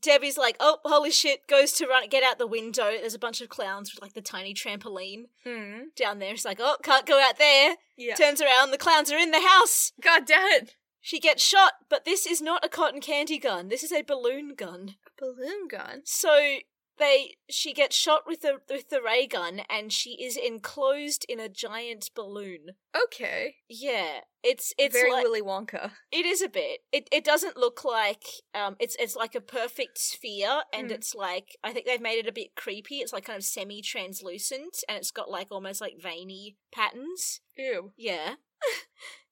Debbie's like, "Oh, holy shit!" Goes to run, get out the window. There's a bunch of clowns with like the tiny trampoline [laughs] Hmm. down there. She's like, "Oh, can't go out there." Yeah. Turns around, the clowns are in the house. God damn it. She gets shot, but this is not a cotton candy gun. This is a balloon gun. Balloon gun. So they, she gets shot with the with the ray gun, and she is enclosed in a giant balloon. Okay. Yeah, it's it's very like, Willy Wonka. It is a bit. It it doesn't look like um it's it's like a perfect sphere and Hmm. it's like I think they've made it a bit creepy. It's like kind of semi translucent and it's got like almost like veiny patterns. Ew. Yeah. [laughs]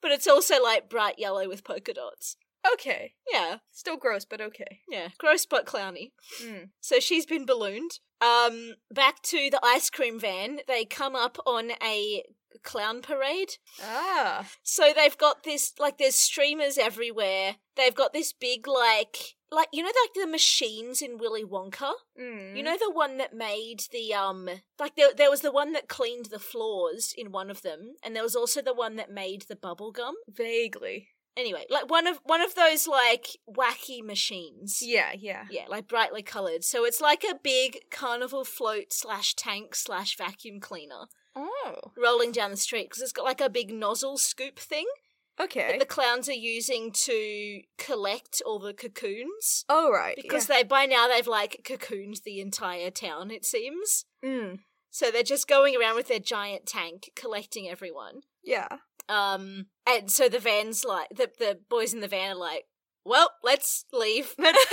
but it's also like bright yellow with polka dots. Okay. Yeah. Still gross, but okay. Yeah. Gross but clowny. Mm. So she's been ballooned. Um back to the ice cream van. They come up on a clown parade. Ah. So they've got this like there's streamers everywhere. They've got this big like like you know like the machines in Willy Wonka. Mm. You know the one that made the um like there there was the one that cleaned the floors in one of them, and there was also the one that made the bubble gum. vaguely. Anyway, like one of one of those like wacky machines. Yeah, yeah. Yeah, like brightly coloured. So it's like a big carnival float slash tank slash vacuum cleaner Oh. rolling down the street because it's got like a big nozzle scoop thing that Okay. the clowns are using to collect all the cocoons. Oh right. Because they by now they've like cocooned the entire town, it seems. yeah. Mm, So they're just going around with their giant tank collecting everyone. yeah. Um and so the van's like the the boys in the van are like, Well, let's leave. [laughs]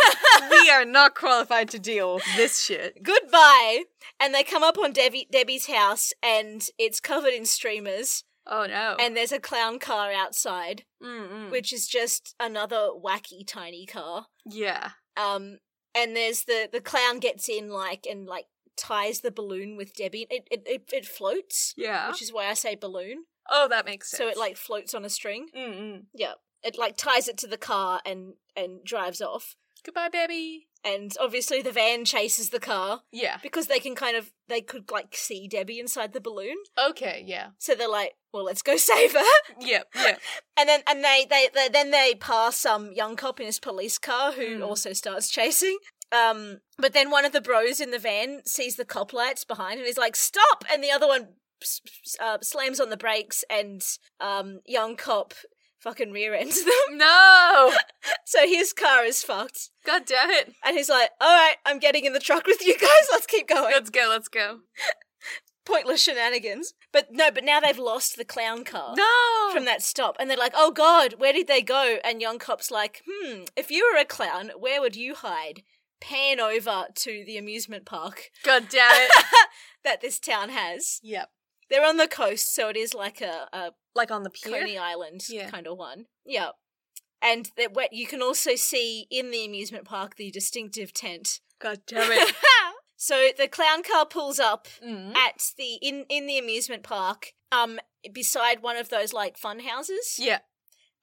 we are not qualified to deal with this shit. Goodbye. And they come up on Debbie Debbie's house and it's covered in streamers Oh Hmm. no. and there's a clown car outside, Mm-mm. which is just another wacky tiny car. yeah. Um, and there's the the clown gets in like and like ties the balloon with Debbie. It it it, it floats, Yeah. which is why I say balloon. Oh, that makes Oh. sense. Hmm. So it like floats on a string. Mm-mm. Yeah, it like ties it to the car and and drives off. Goodbye, baby. And obviously the van chases the car Yeah. because they can kind of they could like see Debbie inside the balloon. Okay. Yeah. So they're like, well, let's go [laughs] save her. Yep. Yep. And then and they, they, they then they pass some young cop in his police car who Mm. also starts chasing. Um, but then one of the bros in the van sees the cop lights behind and he's like, "Stop!" And the other one s- s- uh, slams on the brakes and um, young cop fucking rear ends them. [laughs] no. so his car is fucked. God damn it. And he's like, "All right, I'm getting in the truck with you guys. Let's keep going." Let's go. Let's go. Pointless shenanigans. But no, but now they've lost the clown car. No. from that stop and they're like oh god where did they go and young cop's like hmm if you were a clown where would you hide pan over to the amusement park [laughs] God damn it. that this town has yep. they're on the coast so it is like a, a Like on the pier. coney island Yeah. kind of one yeah and that what you can also see in the amusement park the distinctive tent God damn it. [laughs] so the clown car pulls up mm. at the in in the amusement park um beside one of those like fun houses Yeah.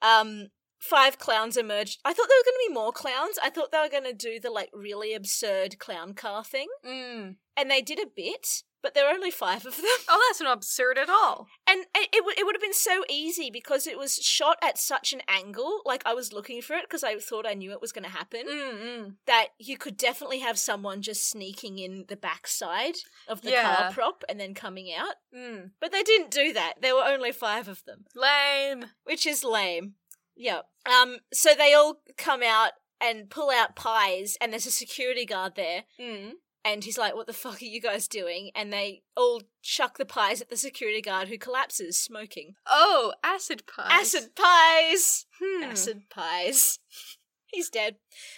um five clowns emerged i thought there were going to be more clowns i thought they were going to do the like really absurd clown car thing Mm. and they did a bit but there were only five of them Oh, that's not absurd at all. and it, it, would- it would have been so easy because it was shot at such an angle like i was looking for it because i thought i knew it was going to happen Mm. Mm-mm. that you could definitely have someone just sneaking in the backside of the Yeah. car prop and then coming out Mm. but they didn't do that there were only five of them Lame. which is lame. Yeah. Um. So they all come out and pull out pies, and there's a security guard there, Mm. and he's like, "What the fuck are you guys doing?" And they all chuck the pies at the security guard, who collapses, smoking Oh, acid pies. acid pies. Hmm. Acid pies. [laughs] he's dead.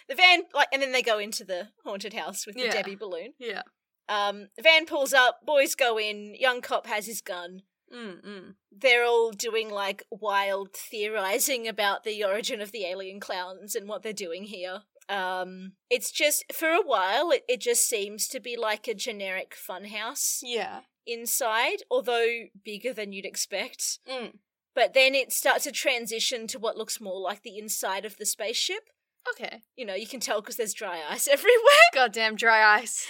The van, like, and then they go into the haunted house with the Yeah. Debbie balloon. Yeah. Um. The van pulls up. Boys go in. Young cop has his gun. Mm, Mm-mm. they're all doing like wild theorizing about the origin of the alien clowns and what they're doing here. Um, it's just for a while, it, it just seems to be like a generic funhouse Yeah. inside, although bigger than you'd expect. Mm. But then it starts to transition to what looks more like the inside of the spaceship. Okay. You know, you can tell because there's dry ice [laughs] everywhere. [laughs] Goddamn dry ice.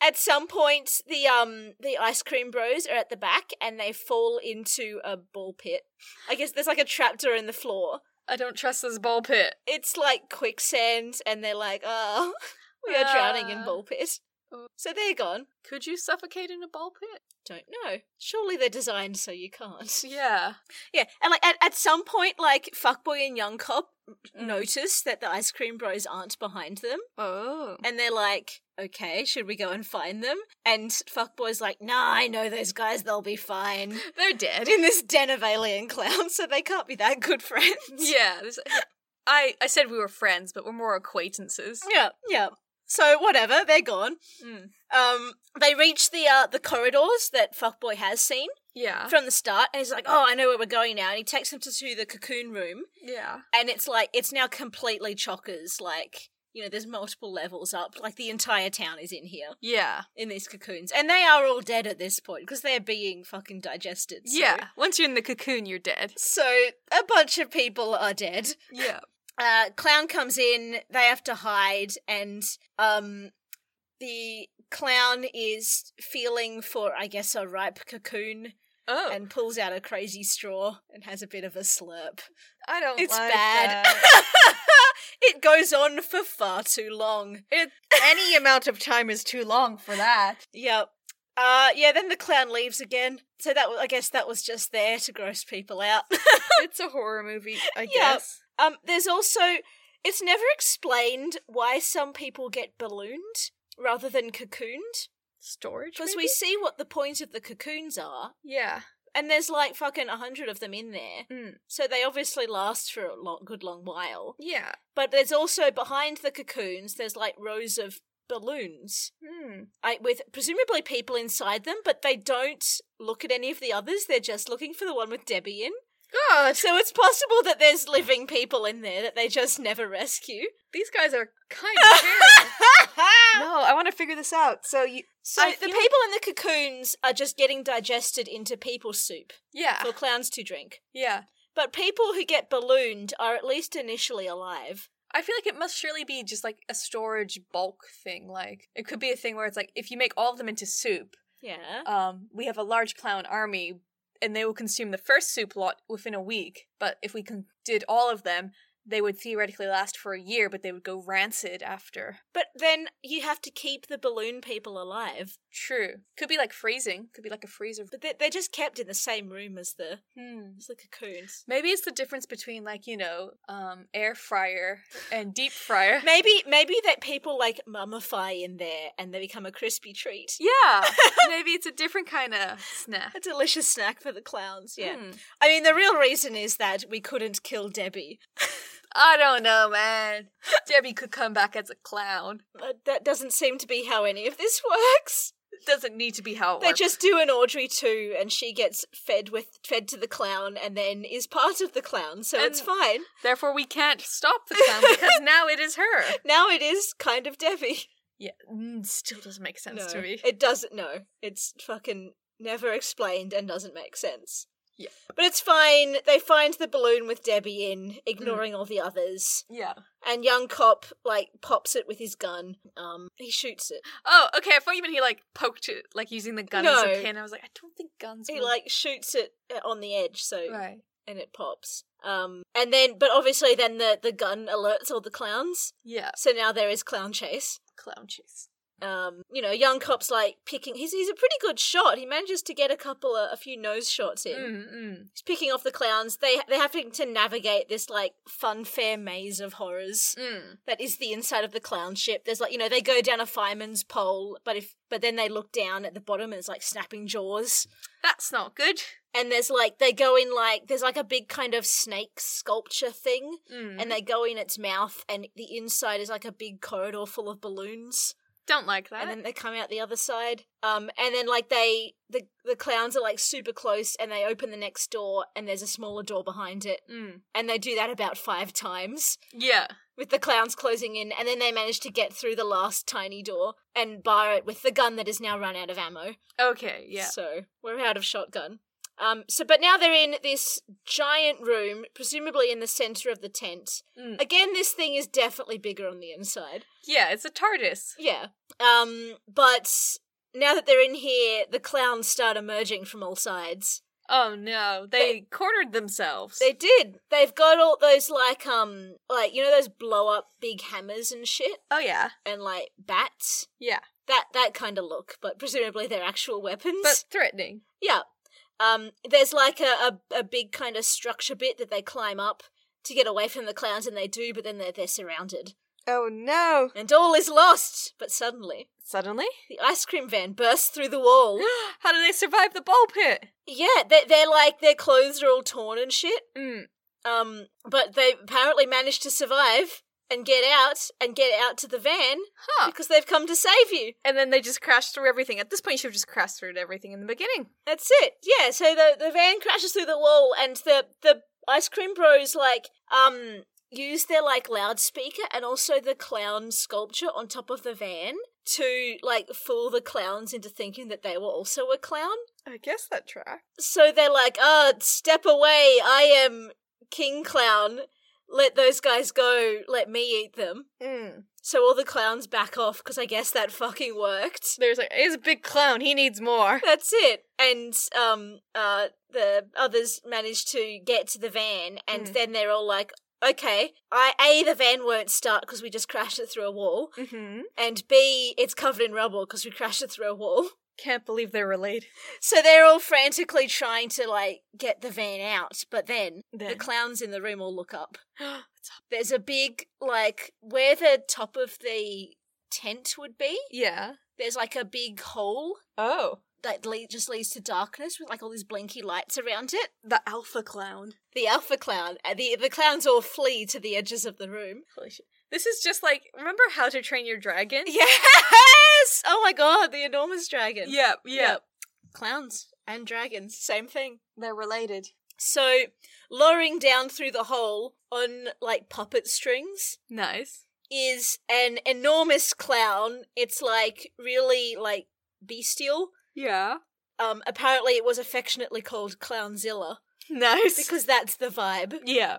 At some point, the um the ice cream bros are at the back and they fall into a ball pit. I guess there's like a trapdoor in the floor. I don't trust this ball pit. It's like quicksand, and they're like, "Oh, [laughs] we are drowning in Ah. ball pit." So they're gone. Could you suffocate in a ball pit? Don't know. Surely they're designed so you can't. Yeah. [laughs] Yeah, and like at, at some point, like fuckboy and young cop notice that the ice cream bros aren't behind them, Oh. and they're like, "Okay, should we go and find them?" And fuckboy's like, "Nah, I know those guys. They'll be fine." [laughs] They're dead. [laughs] in this den of alien clowns, so they can't be that good friends. yeah. this- I I said we were friends, but we're more acquaintances. [laughs] yeah, yeah. So whatever, they're gone. Mm. Um, they reach the uh, the corridors that Fuckboy has seen Yeah. from the start, and he's like, "Oh, I know where we're going now." And he takes them to, to the cocoon room, Yeah. and it's like it's now completely chockers. Like you know, there's multiple levels up. Like the entire town is in here Yeah. in these cocoons, and they are all dead at this point because they're being fucking digested. So. Yeah. Once you're in the cocoon, you're dead. So a bunch of people are dead. Yeah. uh, clown comes in they have to hide and um the clown is feeling for i guess a ripe cocoon [laughs] Oh. and pulls out a crazy straw and has a bit of a slurp I don't it's like uh, bad that. [laughs] it goes on for far too long [laughs] Any amount of time is too long for that. yep Uh, yeah, then the clown leaves again. So that was, I guess that was just there to gross people out. [laughs] it's a horror movie, I Yeah. guess. um, there's also, it's never explained why some people get ballooned rather than cocooned. Storage. Because maybe? we see what the point of the cocoons are, Yeah. and there's like fucking a hundred of them in there. Mm. So they obviously last for a lot, good long while. Yeah. But there's also behind the cocoons, there's like rows of balloons. Hmm. I, with presumably people inside them, but they don't look at any of the others. They're just looking for the one with Debbie in. God, So it's possible that there's living people in there that they just never rescue. these guys are kind [laughs] of terrible. [laughs] No, I want to figure this out. So you. so I the feel- people in the cocoons are just getting digested into people soup Yeah. for clowns to drink. Yeah. But people who get ballooned are at least initially alive. I feel like it must surely be just like a storage bulk thing. Like it could be a thing where it's like if you make all of them into soup, Yeah. um, we have a large clown army, and they will consume the first soup lot within a week. But if we con- did all of them, they would theoretically last for a year, but they would go rancid after. But then you have to keep the balloon people alive. True. Could be like freezing. Could be like a freezer. But they- they're just kept in the same room as the Hmm. as the cocoons. Maybe it's the difference between like you know, um, air fryer and [laughs] deep fryer. Maybe maybe that people like mummify in there and they become a crispy treat. yeah. Maybe it's a different kind of snack. A delicious snack for the clowns, yeah. Hmm. I mean, the real reason is that we couldn't kill Debbie. I don't know, man. Debbie could come back as a clown. But that doesn't seem to be how any of this [laughs] works. It doesn't need to be how it They works. just do an Audrey too, and she gets fed with fed to the clown, and then is part of the clown, so it's And- fine. Therefore, we can't [laughs] stop the clown because now it is her. Now it is kind of [laughs] Debbie. Yeah, mm, still doesn't make sense No, to me. It doesn't. No, it's fucking never explained and doesn't make sense. Yeah. but it's fine. They find the balloon with Debbie in, ignoring Mm. all the others, Yeah. and young cop like pops it with his gun. Um, he shoots it. Oh, okay. I thought you meant he like poked it, like using the gun as No. a pin. I was like, I don't think guns. He would- like shoots it uh, on the edge, so right. and it pops. Um, and then, but obviously, then the the gun alerts all the clowns. Yeah, So now there is clown chase. clown chase. um, you know, young cop's like picking. He's he's a pretty good shot. He manages to get a couple of a few nose shots in. Mm, mm. He's picking off the clowns. They they're having to navigate this like fun fair maze of horrors Mm. that is the inside of the clown ship. There's like you know they go down a fireman's pole, but if but then they look down at the bottom and it's like snapping jaws. That's not good. And there's like they go in like there's like a big kind of snake sculpture thing, Mm. and they go in its mouth, and the inside is like a big corridor full of balloons. don't like that. and then they come out the other side. Um, and then like they the the clowns are like super close, and they open the next door, and there's a smaller door behind it, mm. and they do that about five times Yeah. with the clowns closing in, and then they manage to get through the last tiny door and bar it with the gun that has now run out of ammo. Okay. Yeah. So we're out of shotgun. Um, so but now they're in this giant room, presumably in the center of the tent. Mm. Again, this thing is definitely bigger on the inside. Yeah. It's a TARDIS. Yeah. Um, but now that they're in here, the clowns start emerging from all sides. Oh no, they, cornered themselves. They did. They've got all those like um like you know those blow up big hammers and shit oh yeah, and like bats. yeah, That that kind of look, but presumably they're actual weapons. but threatening. yeah. Um there's like a, a, a big kind of structure bit that they climb up to get away from the clowns and they do, but then they're they're surrounded. Oh no! And all is lost. But suddenly, Suddenly, [gasps] the ice cream van bursts through the wall. How do they survive the ball pit? Yeah, they they're like their clothes are all torn and shit. Mm. Um, but they apparently managed to survive and get out and get out to the van Huh. because they've come to save you. and then they just crashed through everything. At this point, you should have just crashed through everything in the beginning. That's it. Yeah. So the the van crashes through the wall and the the ice cream bros like um use their like loudspeaker and also the clown sculpture on top of the van to like fool the clowns into thinking that they were also a clown. I guess that track. so they're like, "Ah, step away! I am King Clown. Let those guys go. Let me eat them." Mm. So all the clowns back off because I guess that fucking worked. There's like, he's a big clown. He needs [laughs] more. That's it. And um, uh, the others manage to get to the van, and Mm. then they're all like, "Okay, I a the van won't start because we just crashed it through a wall, Mm-hmm. and b it's covered in rubble because we crashed it through a wall." [laughs] Can't believe they're related. So they're all frantically trying to like get the van out, but then, the Then. clowns in the room all look up. There's a big like where the top of the tent would be. [gasps] yeah. There's like a big hole Oh. that le- just leads to darkness with like all these blinky lights around it. The alpha clown. The alpha clown, uh, the the clowns all flee to the edges of the room. Holy shit. This is just like remember how to train your dragon? [laughs] Yes! Oh my god, the enormous dragon. Yep, yep. Clowns and dragons, same thing. They're related. So, lowering down through the hole on like puppet strings Nice. is an enormous clown. It's like really like bestial. Yeah. Um, apparently, it was affectionately called Clownzilla [laughs] Nice. because that's the vibe. yeah.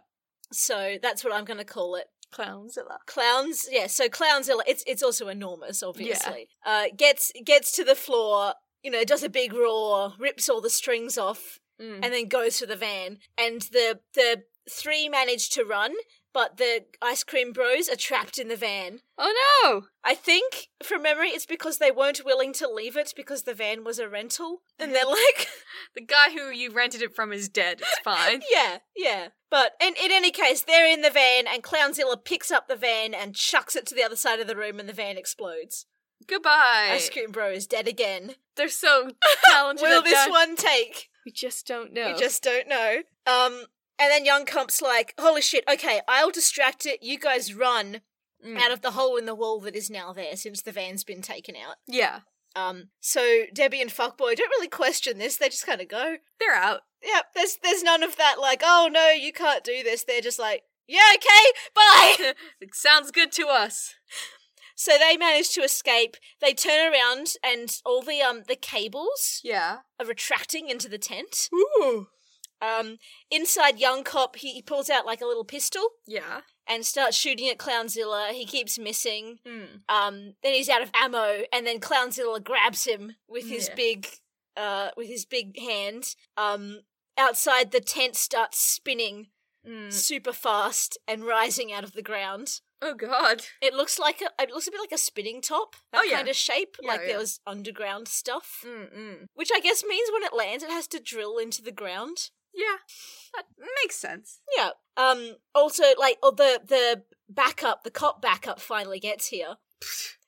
So that's what I'm going to call it. Clownzilla. clowns yeah so clownzilla it's it's also enormous obviously uh gets gets to the floor you know does a big roar rips all the strings off Mm. and then goes for the van and the the three manage to run but the ice cream bros are trapped in the van oh no. I think from memory it's because they weren't willing to leave it because the van was a rental and they're like [laughs] The guy who you rented it from is dead. It's fine. yeah yeah but in, in any case they're in the van and clownzilla picks up the van and chucks it to the other side of the room and the van explodes Goodbye. Ice Cream Bro is dead again. They're so talented. [laughs] Will at this that. one take? We just don't know. We just don't know. Um, and then Young Comp's like, "Holy shit! Okay, I'll distract it. You guys run Hmm. Mm. out of the hole in the wall that is now there since the van's been taken out." yeah. Um, so Debbie and Fuckboy don't really question this. They just kind of go. They're [laughs] out. [laughs] Yep. There's there's none of that like, "Oh no, you can't do this." They're just like, "Yeah, okay, bye." [laughs] [laughs] Like, sounds good to us. so they manage to escape. They turn around and all the um the cables Yeah. are retracting into the tent. Ooh. Um, inside Young Cop, he, he pulls out like a little pistol Yeah. and starts shooting at Clownzilla. He keeps missing. Mm. Um, then he's out of ammo, and then Clownzilla grabs him with his Yeah. big, uh, with his big hand. Um, outside the tent starts spinning Mm. super fast and rising out of the ground. Oh God. It looks like a, it looks a bit like a spinning top, that Oh, yeah. kind of shape, Yeah, like yeah. Mm. there was underground stuff, Mm-mm. which I guess means when it lands, it has to drill into the ground. Yeah. That makes sense. Yeah. Um. Also, like, oh, the the backup, the cop backup, finally [sighs] gets here,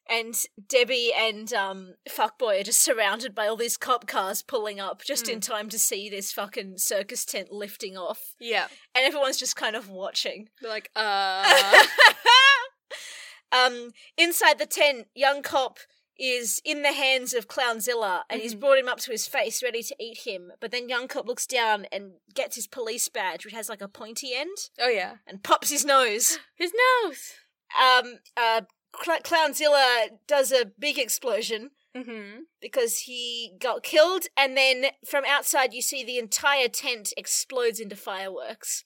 and Debbie and um fuckboy are just surrounded by all these cop cars pulling up just Mm. in time to see this fucking circus tent lifting off, Yeah. and everyone's just kind of watching. They're like, [laughs] uh. Um. Inside the tent, young cop is in the hands of Clownzilla, and he's Mhm. brought him up to his face, ready to eat him. But then young cop looks down and gets his police badge, which has like a pointy end, oh yeah. and pops his nose. His nose. um, uh, Cl- Clownzilla does a big explosion Mm-hmm. because he got killed, and then from outside you see the entire tent explodes into fireworks.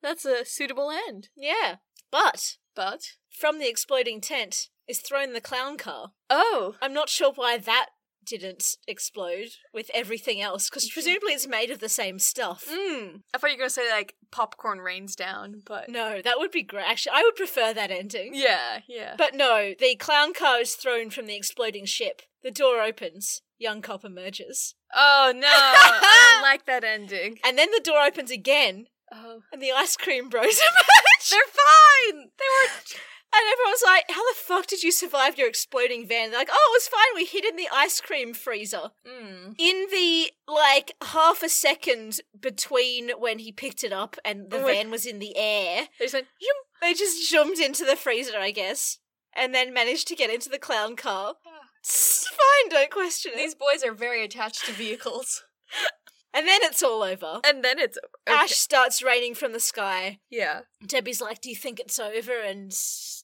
That's a suitable end. Yeah, but But from the exploding tent is thrown the clown car. oh, I'm not sure why that didn't explode with everything else because presumably it's made of the same stuff. Mm-hmm. mm. I thought you were gonna say like popcorn rains down, but No, that would be great. Actually, I would prefer that ending. yeah, [laughs] yeah. But no, the clown car is thrown from the exploding ship. The door opens. Young cop emerges. oh no, I don't like that ending. And then the door opens again, Oh, and the ice cream bros [laughs] emerge. they're fine. They [laughs] were. and everyone's like, How the fuck did you survive your exploding van? They're like, Oh, it was fine. We hid in the ice cream freezer. Mm. In the, like, half a second between when he picked it up and the Oh my- van was in the air, They just went. they just jumped into the freezer, I guess, and then managed to get into the [sighs] clown car. Ah. It's fine, don't question it. These boys are very attached to vehicles. And then it's all over. [laughs] And then it's Uh, okay. Ash starts raining from the sky. Yeah. Debbie's like, "Do you think it's over?" And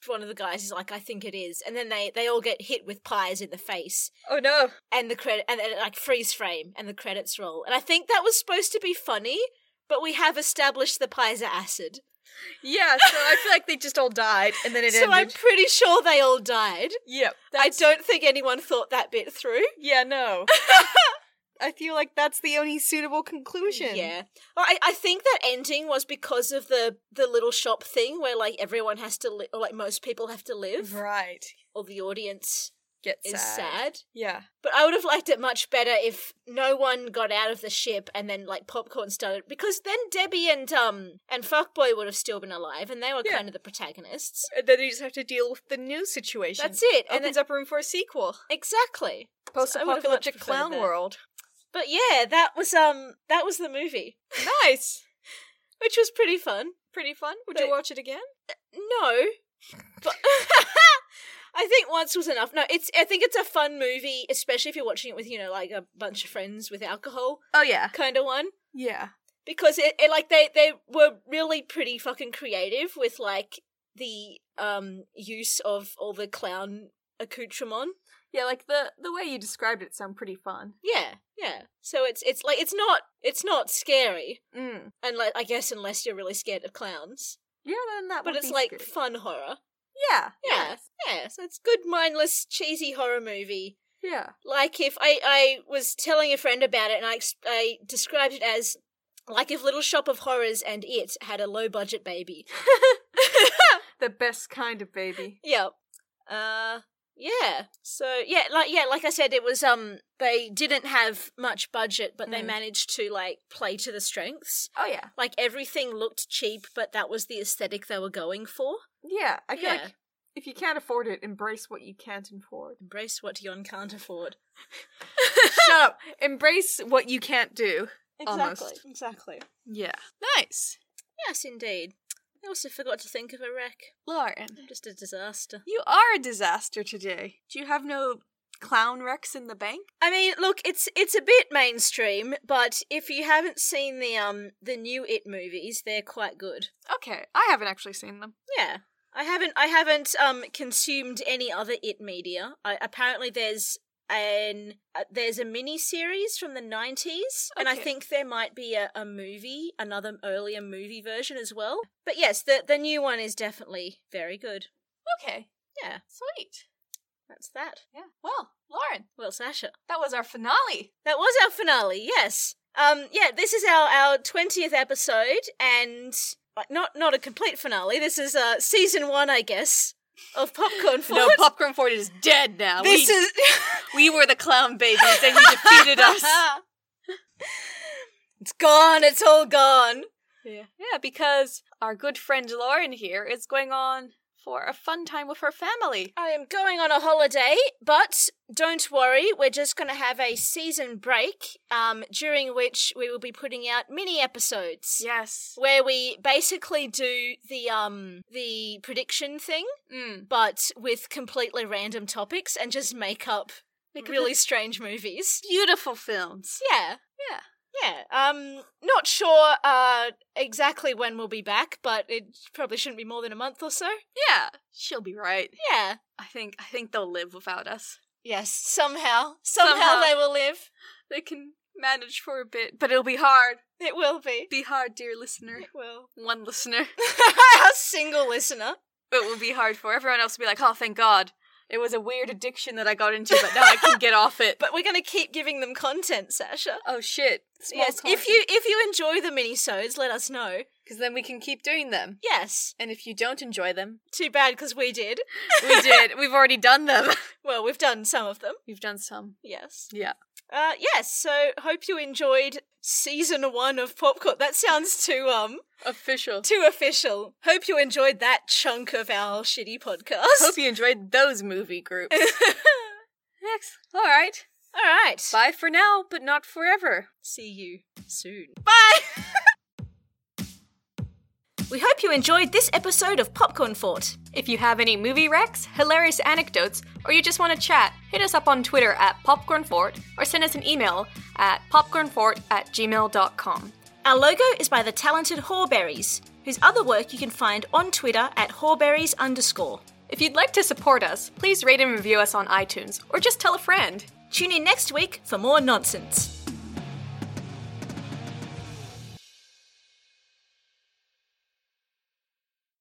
one of the guys is like, "I think it is." And then they they all get hit with pies in the face, Oh no. and the credit and then, like freeze frame, and the credits roll. And I think that was supposed to be funny, but we have established the pies are acid, Yeah. So I feel like they just all died, and then it [laughs] so ended. I'm pretty sure they all died. Yep. I don't think anyone thought that bit through. Yeah, no. I feel like that's the only suitable conclusion. Yeah, Well, I, I think that ending was because of the the little shop thing where like everyone has to li- or like most people have to live, Right. or the audience Get is sad. Yeah. But I would have liked it much better if no one got out of the ship and then like popcorn started because then Debbie and um and Fuckboy would have still been alive and they were Yeah. kind of the protagonists. And then you just have to deal with the new situation. That's it. And Opens then- up room for a sequel. exactly. Post-apocalyptic clown preferred that. world. But yeah, that was um that was the movie, [laughs] nice. which was pretty fun. Pretty fun. Would But- you watch it again? No, but [laughs] I think once was enough. No, it's I think it's a fun movie, especially if you're watching it with you know like a bunch of friends with alcohol Oh yeah. kind of one. Yeah. because it, it like they they were really pretty fucking creative with like the um use of all the clown accoutrement. Yeah, like the the way you described it sound pretty fun. Yeah, yeah. So it's it's like it's not it's not scary, Mm. unless I guess unless you're really scared of clowns. Yeah, then that But would it's be like scary. fun horror. Yeah. Yeah, yeah. So it's good, mindless, cheesy horror movie. Yeah. like if I, I was telling a friend about it and I, ex- I described it as like if Little Shop of Horrors and It had a low [laughs] budget baby. [laughs] The best kind of baby. yeah. Uh yeah. So yeah, like yeah, like I said it was um they didn't have much budget but they Mm. managed to like play to the strengths. [laughs] Oh yeah. Like everything looked cheap but that was the aesthetic they were going for. Yeah. I feel Yeah. like if you can't afford it, embrace what you can't afford. Embrace what Yon can't afford. [laughs] Shut up. [laughs] Embrace what you can't do. Almost. Exactly. Yeah. Nice. Yes indeed. I also forgot to think of a wreck. Lauren, I'm just a disaster. you are a disaster today. Do you have no clown wrecks in the bank? I mean, look, it's it's a bit mainstream, but if you haven't seen the um the new It movies, they're quite good. Okay, I haven't actually seen them. Yeah. I haven't I haven't um consumed any other It media. I, apparently there's an uh, there's a mini series from the 90s and I Okay. think there might be a, a movie, another earlier movie version as well. But yes, the the new one is definitely very good. Okay. Yeah. Sweet. That's that. Yeah. Well, Lauren, Well, Sasha. that was our [laughs] finale. That was our finale, yes. Um, yeah, this is our our twentieth episode, and like, not not a complete finale. This is uh season one, I guess, of popcorn. Forward. Popcorn Ford is dead now. This we, is [laughs] we were the clown babies and you [laughs] defeated us. [laughs] it's gone. It's all gone. Yeah. Yeah, because our good friend Lauren here is going on for a fun time with her family. I am going on a holiday, but don't worry. We're just going to have a season break, um, during which we will be putting out mini episodes. Yes. Where we basically do the um the prediction thing, Mm. but with completely random topics and just make up Make up really strange movies. Beautiful films. Yeah. Yeah. Yeah. Um not sure uh exactly when we'll be back, but it probably shouldn't be more than a month or so. Yeah. She'll be right. Yeah. I think I think they'll live without us. Yes, somehow. Somehow, Somehow. they will live. They can manage for a bit, but it'll be hard. It will be. Be hard, dear listener. It will. [laughs] One listener. Our single listener. But it will be hard for everyone else to be like, oh, thank God. It was a weird addiction that I got into, but now I can get off [laughs] it. But we're gonna keep giving them content, Sasha. oh shit! Small yes. If [laughs] you if you enjoy the minisodes, let us know. because then we can keep doing them. Yes. And if you don't enjoy them, Too bad because we did. [laughs] we did. We've already done [laughs] them. Well, we've done some of them. We've done some. Yes. Yeah. Uh, yes. So hope you enjoyed season one of Popcorn. That sounds too um [laughs] Official. too official. Hope you enjoyed that chunk of our shitty podcast. Hope you enjoyed those movie [laughs] groups. Next. All right. All right. Bye for now, but not forever. See you soon. Bye. [laughs] we hope you enjoyed this episode of Popcorn Fort. If you have any movie wrecks, hilarious anecdotes, or you just want to chat, hit us up on Twitter at popcornfort or send us an email at popcornfort at gmail.com. Our logo is by the talented Horberries, whose other work you can find on Twitter at Horberries underscore. If you'd like to support us, please rate and review us on iTunes or just tell a friend. Tune in next week for more nonsense.